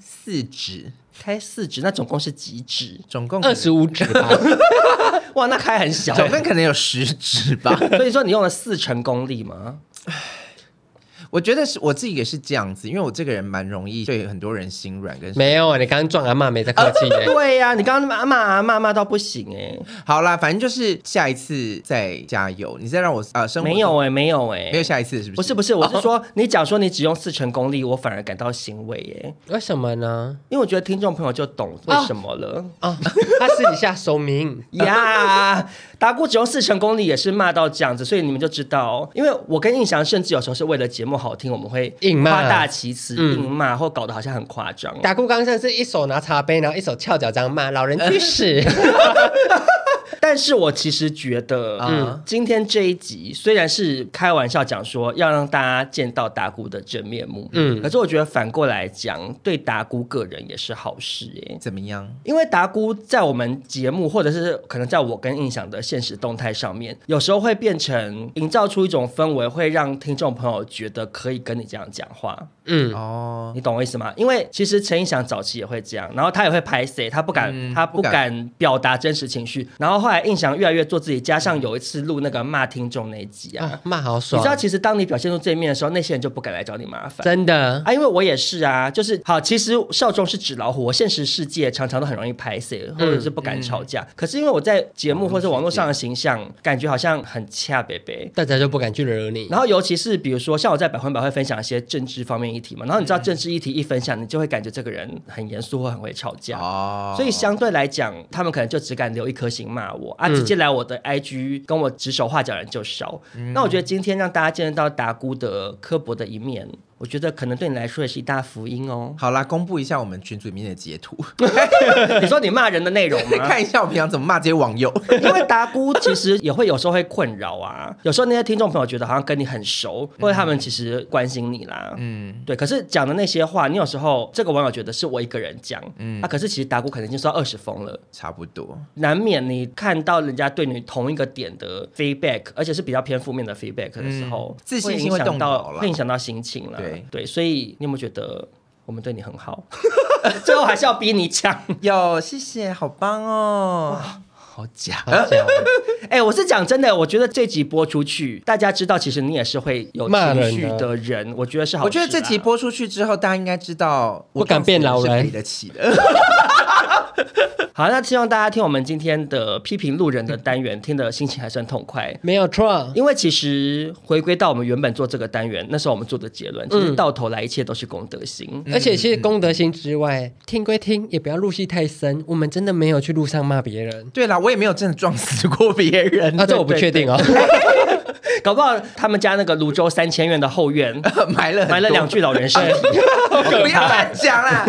D: 四指，
B: 开四指，那总共是几指？
D: 总共可能
C: 二十，五指吧，
B: 哇，那开很小、欸 。
D: 总共可能有十指吧
B: 所以说你用了四成功力吗？
D: 我觉得是我自己也是这样子，因为我这个人蛮容易对很多人心软跟。
C: 没有啊，你刚刚撞阿骂没在客气 耶。
B: 对呀、你刚刚骂骂骂骂到不行哎、
D: 好啦，反正就是下一次再加油，你再让我呃生活
B: 没有哎、没有哎、
D: 没有下一次是不是？
B: 不是不是，我是说、你讲说你只用四成功力，我反而感到欣慰耶、
C: 为什么呢？
B: 因为我觉得听众朋友就懂为什么了。
C: 啊，他私底下收明，
B: 呀达姑只用四成功力也是骂到这样子，所以你们就知道，因为我跟印翔甚至有时候是为了节目好听，我们会
C: 硬骂
B: 夸大其词、硬骂，或搞得好像很夸张。
C: 打顾刚像是一手拿茶杯，然后一手翘脚这样骂老人去 死。
B: 但是我其实觉得，嗯，今天这一集虽然是开玩笑讲说要让大家见到达姑的真面目，嗯，可是我觉得反过来讲，对达姑个人也是好事耶、
D: 怎么样？
B: 因为达姑在我们节目，或者是可能在我跟印象的现实动态上面，有时候会变成营造出一种氛围，会让听众朋友觉得可以跟你这样讲话，
C: 嗯，
D: 哦，
B: 你懂我意思吗？因为其实陈印翔早期也会这样，然后他也会拍 C，他不敢，
D: 嗯
B: 他不
D: 不敢
B: 敢表达真实情绪，然后后来印象越来越做自己，加上有一次录那个骂听众那一集啊，
C: 啊，骂好爽，
B: 你知道，其实当你表现出这一面的时候，那些人就不敢来找你麻烦。
C: 真的。
B: 啊，因为我也是啊，就是好，其实少壮是纸老虎，我现实世界常常都很容易拍摄，或者是不敢吵架。可是因为我在节目或者网络上的形象，感觉好像很恰北北。
C: 大家就不敢去 惹你。
B: 然后，尤其是比如说，像我在百分百会分享一些政治方面议题嘛，然后你知
D: 嗯
B: 道政治议题一分享，你就会感觉这个人很严肃或很会吵架，
D: 哦，。
B: 啊所以相对来讲，他们可能就只敢留一颗心骂我啊，直接来我的 IG 跟我指手画脚的人就少。那我觉得今天让大家见得到达姑的刻薄的一面，我觉得可能对你来说也是一大福音哦
D: 好啦，公布一下我们群组里面的截图，
B: 你说你骂人的内容吗？
D: 看一下我平常怎么骂这些网友。
B: 因为达姑其实也会有时候会困扰啊，有时候那些听众朋友觉得好像跟你很熟，
D: 嗯
B: 或者他们其实关心你啦，嗯，对。可是讲的那些话，你有时候这个网友觉得是我一个人讲，嗯，啊，可是其实达姑可能已经收到二十封了。
D: 差不多，
B: 难免你看到人家对你同一个点的 feedback，而且是比较偏负面的 feedback 的时候，
D: 嗯自信心
B: 会影
D: 会
B: 响
D: 动
B: 到
D: 摇啦
B: 会影响到心情了。
D: 对
B: 所以你有没有觉得我们对你很好？ 最后还是要逼你讲。
D: 有谢谢，好棒哦，好假
C: 好假
B: 哎、我是讲真的，我觉得这集播出去，大家知道其实你也是会有
C: 骂
B: 情
C: 人
B: 绪
C: 的
B: 的人，我觉得是好
D: 我
B: 事
D: 觉
B: 啦。
D: 得这集播出去之后，大家应该知道我
C: 不敢变老人
D: 撞死是赔得起的。
B: 好，那希望大家听我们今天的批评路人的单元，听的心情还算痛快。
C: 没有错，
B: 因为其实回归到我们原本做这个单元，那时候我们做的结论，其
C: 嗯
B: 实到头来一切都是功德心。
C: 而且
B: 嗯
C: 其实功德心之外，听归听，也不要入戏太深。我们真的没有去路上骂别人，
D: 对啦，我也没有真的撞死过别 人
C: 啊，这我不
B: 对
C: 确定哦。
B: 搞不好他们家那个泸州三千院的后院
D: 埋了很
B: 埋了
D: 多
B: 两具老人尸体。
D: 不要乱讲啦。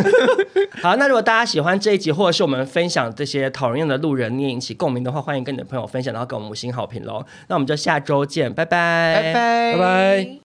B: 好，那如果大家喜欢这一集，或者是我们分享这些讨人厌的路人，你也引起共鸣的话， 欢迎跟你的朋友分享，然后给我们五星好评喽。那我们就下周见，拜拜，
D: 拜拜
C: 拜拜。